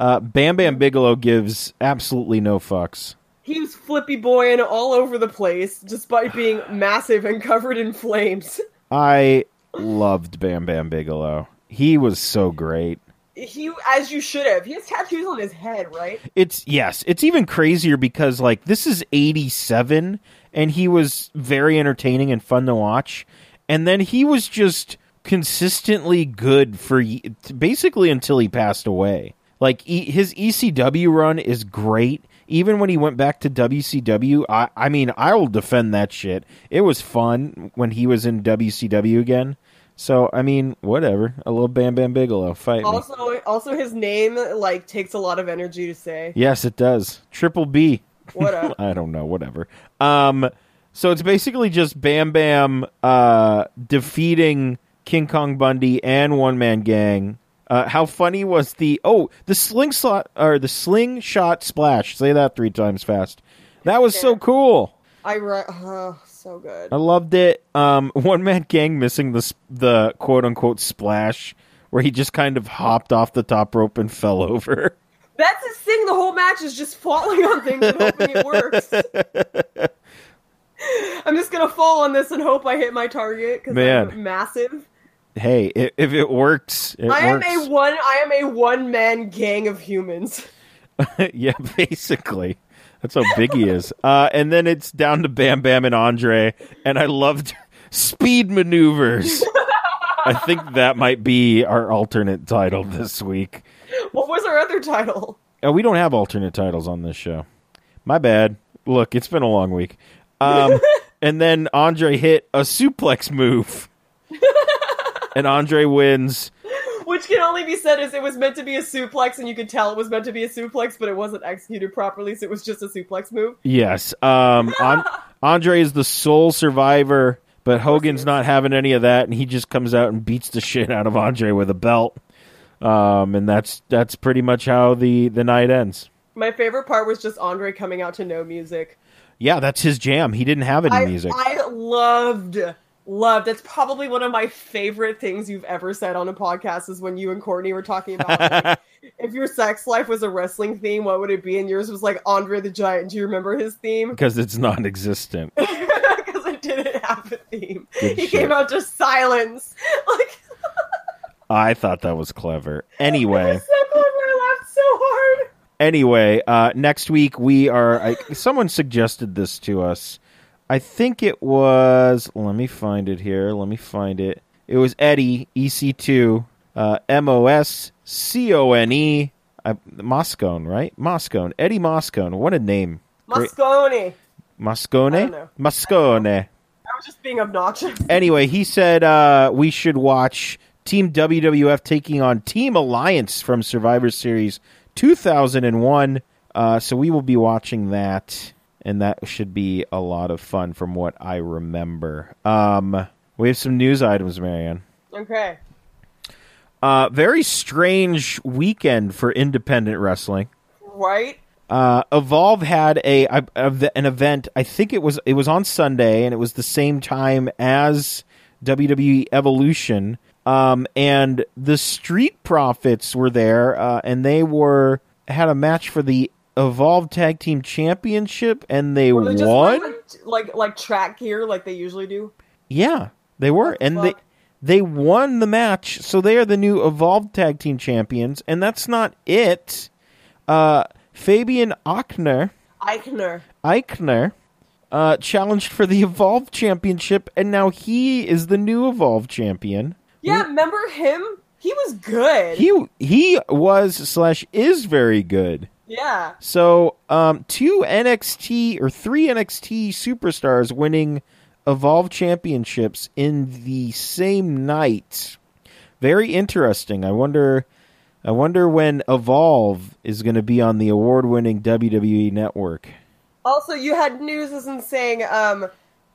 Speaker 3: Uh, Bam Bam Bigelow gives absolutely no fucks.
Speaker 4: He was flippy boying all over the place, despite being massive and covered in flames.
Speaker 3: I loved Bam Bam Bigelow. He was so great.
Speaker 4: He, as you should have. He has tattoos on his head, right?
Speaker 3: It's yes, it's even crazier because like this is 87 and he was very entertaining and fun to watch. And then he was just consistently good for y- basically until he passed away. Like e- his ECW run is great. Even when he went back to WCW, I I mean, I will defend that shit. It was fun when he was in WCW again. So, I mean, whatever. I love Bam Bam Bigelow. Fight me.
Speaker 4: Also, also his name like takes a lot of energy to say.
Speaker 3: Yes, it does. Triple B. <laughs>
Speaker 4: What up?
Speaker 3: I don't know, whatever. Um, so it's basically just Bam Bam uh, defeating King Kong Bundy and One Man Gang. Uh, how funny was the oh the sling slot or the slingshot splash? Say that three times fast. That was so cool.
Speaker 4: I re- oh, so good.
Speaker 3: I loved it. Um, <laughs> One Man Gang missing the sp- the quote unquote splash where he just kind of hopped off the top rope and fell <laughs> over.
Speaker 4: That's his thing. The whole match is just falling on things and hoping it works.
Speaker 3: <laughs>
Speaker 4: I'm just gonna fall on this and hope I hit my target because
Speaker 3: Man.
Speaker 4: I'm massive.
Speaker 3: Hey, i- if it works, it
Speaker 4: I
Speaker 3: works.
Speaker 4: am a one. I am a one man gang of humans. <laughs>
Speaker 3: <laughs> yeah, basically. That's how big he is. Uh, and then it's down to Bam Bam and Andre, and I loved <laughs> speed maneuvers. I think that might be our alternate title this week.
Speaker 4: What was our other title?
Speaker 3: Oh, we don't have alternate titles on this show. My bad. Look, it's been a long week. Um, and then Andre hit a suplex move, and Andre wins.
Speaker 4: Which can only be said as it was meant to be a suplex, and you could tell it was meant to be a suplex, but it wasn't executed properly, so it was just a suplex move.
Speaker 3: Yes. Um,
Speaker 4: <laughs>
Speaker 3: An- Andre is the sole survivor, but Hogan's not having any of that, and he just comes out and beats the shit out of Andre with a belt. Um, and that's that's pretty much how the the night ends.
Speaker 4: My favorite part was just Andre coming out to no music.
Speaker 3: Yeah, that's his jam. He didn't have any
Speaker 4: I,
Speaker 3: music.
Speaker 4: I loved, loved. That's probably one of my favorite things you've ever said on a podcast is when you and Courtney were talking about
Speaker 3: <laughs>
Speaker 4: like, if your sex life was a wrestling theme, what would it be? And yours was like Andre the Giant. Do you remember his theme? <laughs>
Speaker 3: because it's non-existent.
Speaker 4: Because it didn't have a theme.
Speaker 3: Good
Speaker 4: he
Speaker 3: shit.
Speaker 4: came out to silence. <laughs> Like
Speaker 3: I thought that was clever. Anyway,
Speaker 4: <laughs> so clever. I laughed so hard.
Speaker 3: anyway, uh, next week we are. I, someone suggested this to us. I think it was. Let me find it here. Let me find it. It was Eddie EC2 uh, M O S C O N E I- Moscone, right? Moscone. Eddie Moscone. What a name. Great-
Speaker 4: Moscone. I don't
Speaker 3: Moscone.
Speaker 4: know.
Speaker 3: Moscone.
Speaker 4: I was just being obnoxious.
Speaker 3: Anyway, he said uh, we should watch Team WWF taking on Team Alliance from Survivor Series 2001. Uh, so we will be watching that, and that should be a lot of fun from what I remember. Um, We have some news items, Marianne.
Speaker 4: Okay.
Speaker 3: Uh, very strange weekend for independent wrestling.
Speaker 4: Right?
Speaker 3: Uh, Evolve had a, a, a- an event. I think it was it was on Sunday, and it was the same time as WWE Evolution. Um, and the Street Profits were there, uh, and they were had a match for the Evolve Tag Team Championship, and they
Speaker 4: They just
Speaker 3: won.
Speaker 4: went, Like, like like track gear like they usually do.
Speaker 3: Yeah, they were, and they
Speaker 4: fuck?
Speaker 3: they won the match, so they are the new Evolved Tag Team Champions. And that's not it. Uh, Fabian Ochner,
Speaker 4: Eichner.
Speaker 3: Eichner, uh, challenged for the Evolved Championship, and now he is the new Evolved Champion.
Speaker 4: Yeah, remember him? He was good.
Speaker 3: He he was slash is very good.
Speaker 4: yeah.
Speaker 3: So, um, two NXT or three NXT superstars winning Evolve championships in the same night. Very interesting. I wonder. I wonder when Evolve is going to be on the award-winning WWE network.
Speaker 4: Also, you had news isn't saying um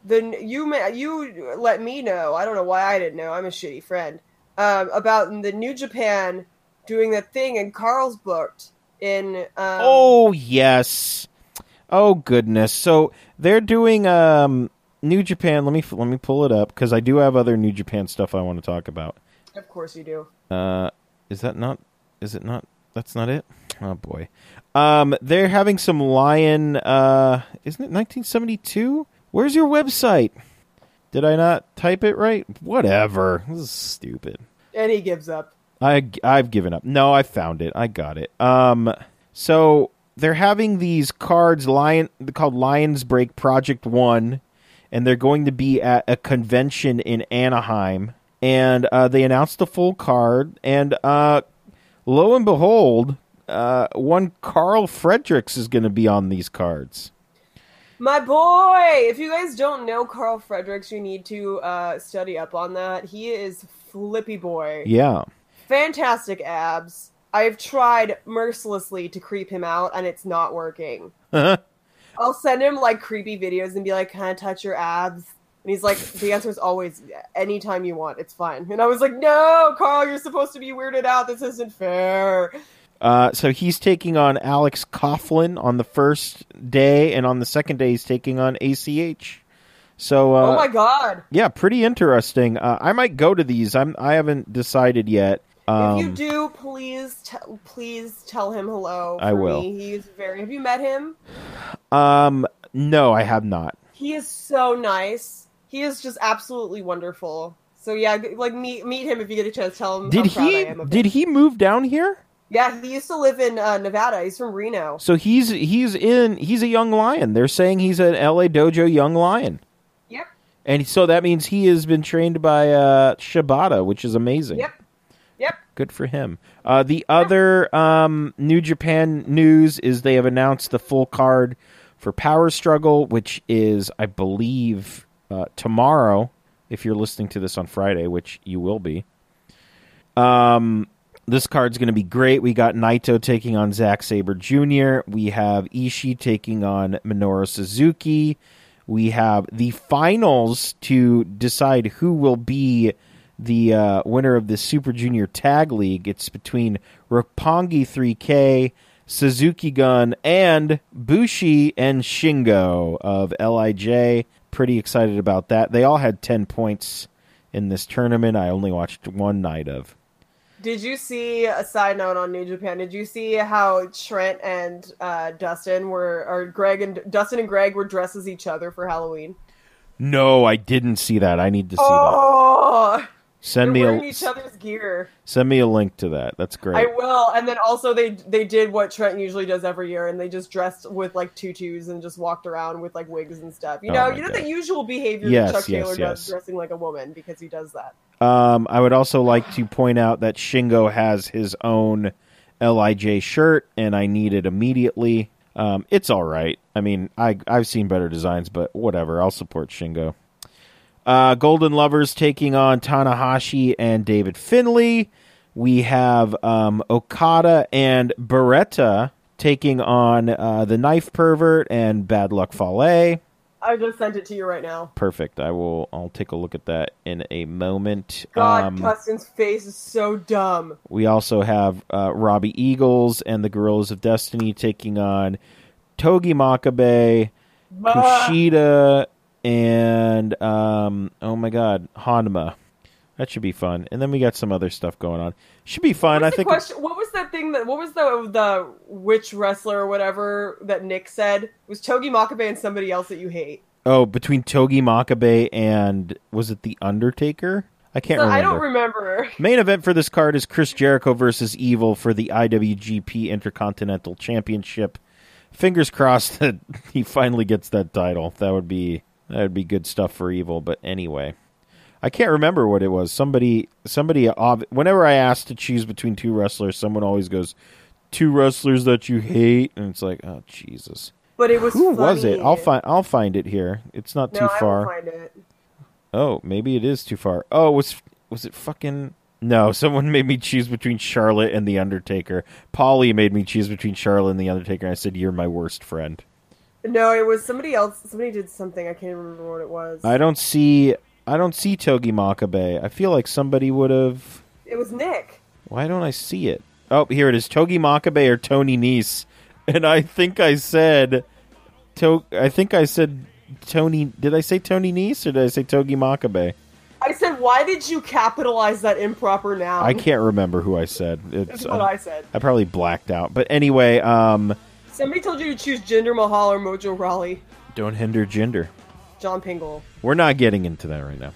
Speaker 4: the you ma- you let me know. I don't know why I didn't know. I'm a shitty friend. Um, about the New Japan doing the thing in Carlsbad in um,
Speaker 3: Oh yes. Oh goodness. So they're doing um New Japan. Let me let me pull it up because I do have other New Japan stuff I want to talk about.
Speaker 4: of course you do.
Speaker 3: Uh, is that not? Is it not? That's not it. Oh boy. Um, they're having some lion. Uh, isn't it 1972? Where's your website? Did I not type it right? Whatever. This is stupid.
Speaker 4: And he gives up.
Speaker 3: I I've given up. No, I found it. I got it. Um, so they're having these cards lion called Lions Break Project One, and they're going to be at a convention in Anaheim. And uh, they announced the full card, and uh, lo and behold, uh, one Carl Fredericks is going to be on these cards.
Speaker 4: My boy! If you guys don't know Carl Fredericks, you need to uh, study up on that. He is flippy boy.
Speaker 3: Yeah.
Speaker 4: Fantastic abs. I've tried mercilessly to creep him out, and it's not working.
Speaker 3: Uh-huh.
Speaker 4: I'll send him like creepy videos and be like, "Can I touch your abs?" And he's like, "The answer is always anytime you want. It's fine." And I was like, "No, Carl, you're supposed to be weirded out. This isn't fair."
Speaker 3: Uh, so he's taking on Alex Coughlin on the first day, and on the second day he's taking on ACH. So, uh,
Speaker 4: oh my god!
Speaker 3: yeah, pretty interesting. Uh, I might go to these. I'm I haven't decided yet. Um,
Speaker 4: if you do, please, t- please tell him hello.
Speaker 3: I
Speaker 4: for
Speaker 3: will.
Speaker 4: Me. He's very. Have you met him?
Speaker 3: um, no, I have not.
Speaker 4: He is so nice. He is just absolutely wonderful. So yeah, g- like meet meet him if you get a chance. Tell him
Speaker 3: Did
Speaker 4: how proud I
Speaker 3: he
Speaker 4: am of
Speaker 3: did
Speaker 4: him.
Speaker 3: he move down here?
Speaker 4: Yeah, he used to live in uh, Nevada. He's from Reno.
Speaker 3: So he's he's in he's a young lion. They're saying he's an LA Dojo young lion,
Speaker 4: Yep.
Speaker 3: and so that means he has been trained by uh, Shibata, which is amazing.
Speaker 4: Yep. Yep.
Speaker 3: good for him. Uh, the other um, New Japan news is they have announced the full card for Power Struggle, which is, I believe, uh, tomorrow. If you're listening to this on Friday, which you will be, um, this card's going to be great. We got Naito taking on Zack Saber Jr. We have Ishii taking on Minoru Suzuki. We have the finals to decide who will be the uh, winner of the Super Junior Tag League. It's between Roppongi 3K, Suzuki Gun, and Bushi and Shingo of Lij. Pretty excited about that. They all had ten points in this tournament. I only watched one night of.
Speaker 4: Did you see a side note on New Japan? Did you see how Trent and uh, Dustin were, or Greg and Dustin and Greg were dressed as each other for Halloween?
Speaker 3: No, I didn't see that. I need to see that.
Speaker 4: Oh, they're
Speaker 3: Send me
Speaker 4: wearing
Speaker 3: a
Speaker 4: each other's gear.
Speaker 3: send me a link to that. That's great.
Speaker 4: I will. And then also they they did what Trent usually does every year, and they just dressed with like tutus and just walked around with like wigs and stuff. You
Speaker 3: Oh
Speaker 4: know,
Speaker 3: my
Speaker 4: you know
Speaker 3: God.
Speaker 4: the usual behavior
Speaker 3: Yes,
Speaker 4: that Chuck
Speaker 3: yes,
Speaker 4: Taylor
Speaker 3: yes.
Speaker 4: does, dressing like a woman because he does that.
Speaker 3: Um, I would also like to point out that Shingo has his own Lij shirt, and I need it immediately. Um, it's all right. I mean, I I've seen better designs, but whatever. I'll support Shingo. Uh, Golden Lovers taking on Tanahashi and David Finley. We have um, Okada and Beretta taking on uh, the Knife Pervert and Bad Luck Fale.
Speaker 4: I just sent it to you right now.
Speaker 3: Perfect. I will. I'll take a look at that in a moment.
Speaker 4: God,
Speaker 3: Um,
Speaker 4: Justin's face is so dumb.
Speaker 3: we also have uh, Robbie Eagles and the Gorillas of Destiny taking on Togi Makabe,
Speaker 4: Ah.
Speaker 3: Kushida, and um, oh my God, Hanma. That should be fun. And then we got some other stuff going on. Should be fun.
Speaker 4: What's
Speaker 3: I
Speaker 4: the
Speaker 3: think.
Speaker 4: question, what was that thing that what was the the witch wrestler or whatever that Nick said It was Togi Makabe and somebody else that you hate?
Speaker 3: Oh, between Togi Makabe and was it the Undertaker? I can't
Speaker 4: So
Speaker 3: remember.
Speaker 4: I don't remember.
Speaker 3: Main event for this card is Chris Jericho versus Evil for the IWGP Intercontinental Championship. Fingers crossed that <laughs> he finally gets that title. That would be that would be good stuff for Evil, but anyway. I can't remember what it was. Somebody somebody ob- whenever I ask to choose between two wrestlers, someone always goes two wrestlers that you hate and it's like, "Oh Jesus."
Speaker 4: But it was
Speaker 3: Who was
Speaker 4: funny.
Speaker 3: it? I'll find I'll find it here. It's not
Speaker 4: no,
Speaker 3: too
Speaker 4: I
Speaker 3: far.
Speaker 4: will find it.
Speaker 3: Oh, maybe it is too far. Oh, was was it fucking No, <laughs> someone made me choose between Charlotte and the Undertaker. Polly made me choose between Charlotte and the Undertaker. and I said, "You're my worst friend."
Speaker 4: No, it was somebody else. Somebody did something. I can't remember what it was.
Speaker 3: I don't see I don't see Togi Makabe. I feel like somebody would have
Speaker 4: It was Nick.
Speaker 3: Why don't I see it? Oh, here it is. Togi Makabe or Tony Nese. <laughs> And I think I said to- I think I said Tony Did I say Tony Nese or did I say Togi Makabe?
Speaker 4: I said, why did you capitalize that improper noun?
Speaker 3: I can't remember who I said. It's
Speaker 4: Oh. That's what
Speaker 3: um,
Speaker 4: I said.
Speaker 3: I probably blacked out. But anyway, um,
Speaker 4: Somebody told you to choose Jinder Mahal or Mojo Raleigh,
Speaker 3: don't hinder gender.
Speaker 4: John Pingle.
Speaker 3: We're not getting into that right now.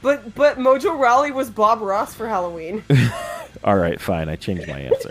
Speaker 4: But but Mojo Raleigh was Bob Ross for
Speaker 3: <laughs>
Speaker 4: Halloween,
Speaker 3: All right, fine. I changed my answer.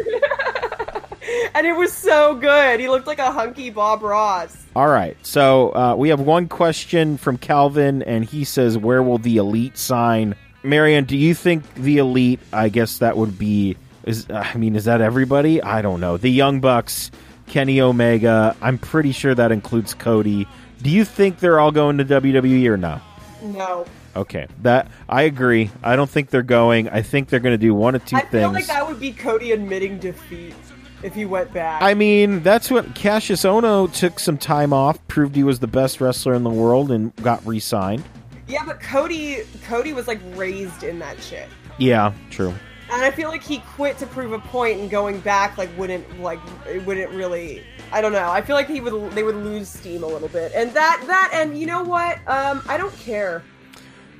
Speaker 4: and it was so good. He looked like a hunky Bob Ross.
Speaker 3: All right. So uh, we have one question from Calvin, and he says, "Where will the elite sign?" Marianne, do you think the elite? I guess that would be. Is uh, I mean, is that everybody? I don't know. The Young Bucks, Kenny Omega. I'm pretty sure that includes Cody. Do you think they're all going to WWE or no?
Speaker 4: No,
Speaker 3: Okay, that I agree. I don't think they're going. I think they're going to do one of two
Speaker 4: I
Speaker 3: things.
Speaker 4: feel like that would be Cody admitting defeat if he went back.
Speaker 3: I mean, that's what Cassius Ono took some time off, proved he was the best wrestler in the world, and got re-signed.
Speaker 4: yeah, but Cody Cody was like raised in that shit,
Speaker 3: Yeah, true.
Speaker 4: and I feel like he quit to prove a point, and going back like wouldn't like it wouldn't really. I don't know. I feel like he would they would lose steam a little bit, and that that and you know what? Um, I don't care.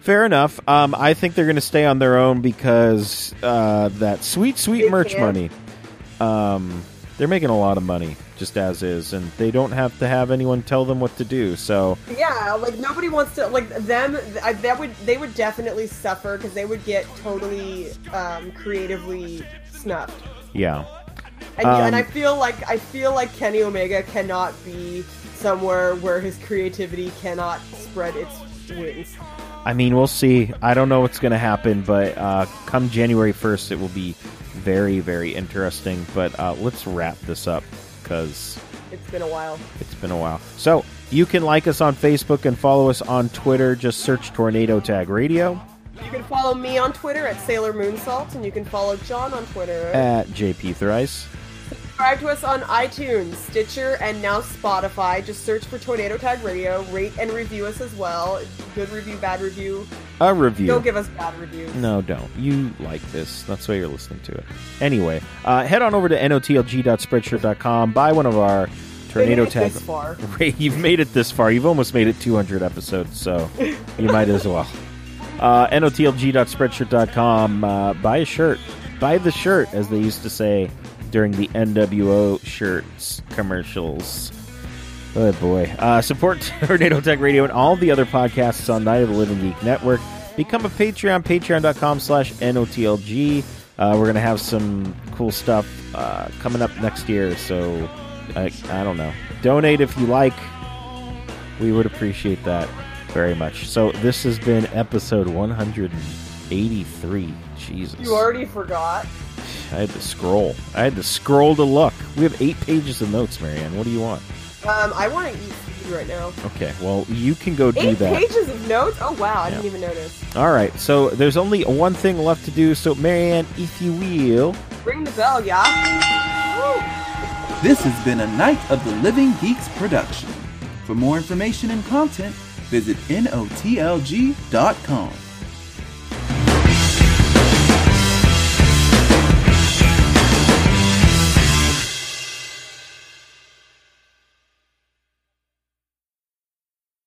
Speaker 3: Fair enough. Um, I think they're going to stay on their own because uh, that sweet, sweet
Speaker 4: They
Speaker 3: merch
Speaker 4: can.
Speaker 3: money. Um, they're making a lot of money just as is, and they don't have to have anyone tell them what to do. So
Speaker 4: Yeah, like nobody wants to like them. I, that would they would definitely suffer because they would get totally um, creatively snuffed.
Speaker 3: yeah,
Speaker 4: And, and I
Speaker 3: Um,
Speaker 4: feel like I feel like Kenny Omega cannot be somewhere where his creativity cannot spread its wings.
Speaker 3: I mean, we'll see. I don't know what's going to happen, but uh, come January 1st, it will be very, very interesting. But uh, let's wrap this up because
Speaker 4: It's been a while.
Speaker 3: it's been a while. So you can like us on Facebook and follow us on Twitter. Just search Tornado Tag Radio
Speaker 4: You can follow me on Twitter at Sailor Moonsault, and you can follow John on Twitter.
Speaker 3: at JP Thrice.
Speaker 4: Subscribe to us on iTunes, Stitcher, and now Spotify. Just search for Tornado Tag Radio. Rate and review us as well. Good review, bad review.
Speaker 3: A review.
Speaker 4: Don't give us bad reviews.
Speaker 3: No, don't. You like this. That's why you're listening to it. Anyway, uh, head on over to notlg.spreadshirt.com. Buy one of our Tornado
Speaker 4: They made
Speaker 3: Tag.
Speaker 4: it this far.
Speaker 3: <laughs> Ray, you've made it this far. You've almost made it 200 episodes, so you might as well. Uh, NOTLG.spreadshirt.com. Uh, buy a shirt. Buy the shirt, as they used to say during the NWO shirts commercials. Oh boy. Uh, support <laughs> Tornado Tech Radio and all the other podcasts on Night of the Living Geek Network. Become a Patreon, patreon.com slash NOTLG. Uh, we're going to have some cool stuff uh, coming up next year, so I, I don't know. Donate if you like. We would appreciate that very much. So this has been episode 183. Jesus.
Speaker 4: You already forgot.
Speaker 3: I had to scroll. I had to scroll to look. We have eight pages of notes, Marianne. What do you want?
Speaker 4: Um, I want to eat food right now.
Speaker 3: Okay, well, you can go do
Speaker 4: Eight
Speaker 3: that.
Speaker 4: pages of notes? Oh, wow. I didn't
Speaker 3: Yeah.
Speaker 4: even notice.
Speaker 3: All right, so there's only one thing left to do. So, Marianne, if you will,
Speaker 4: Ring the bell, yeah? Woo!
Speaker 1: This has been a Night of the Living Geeks production. For more information and content, visit NOTLG.com.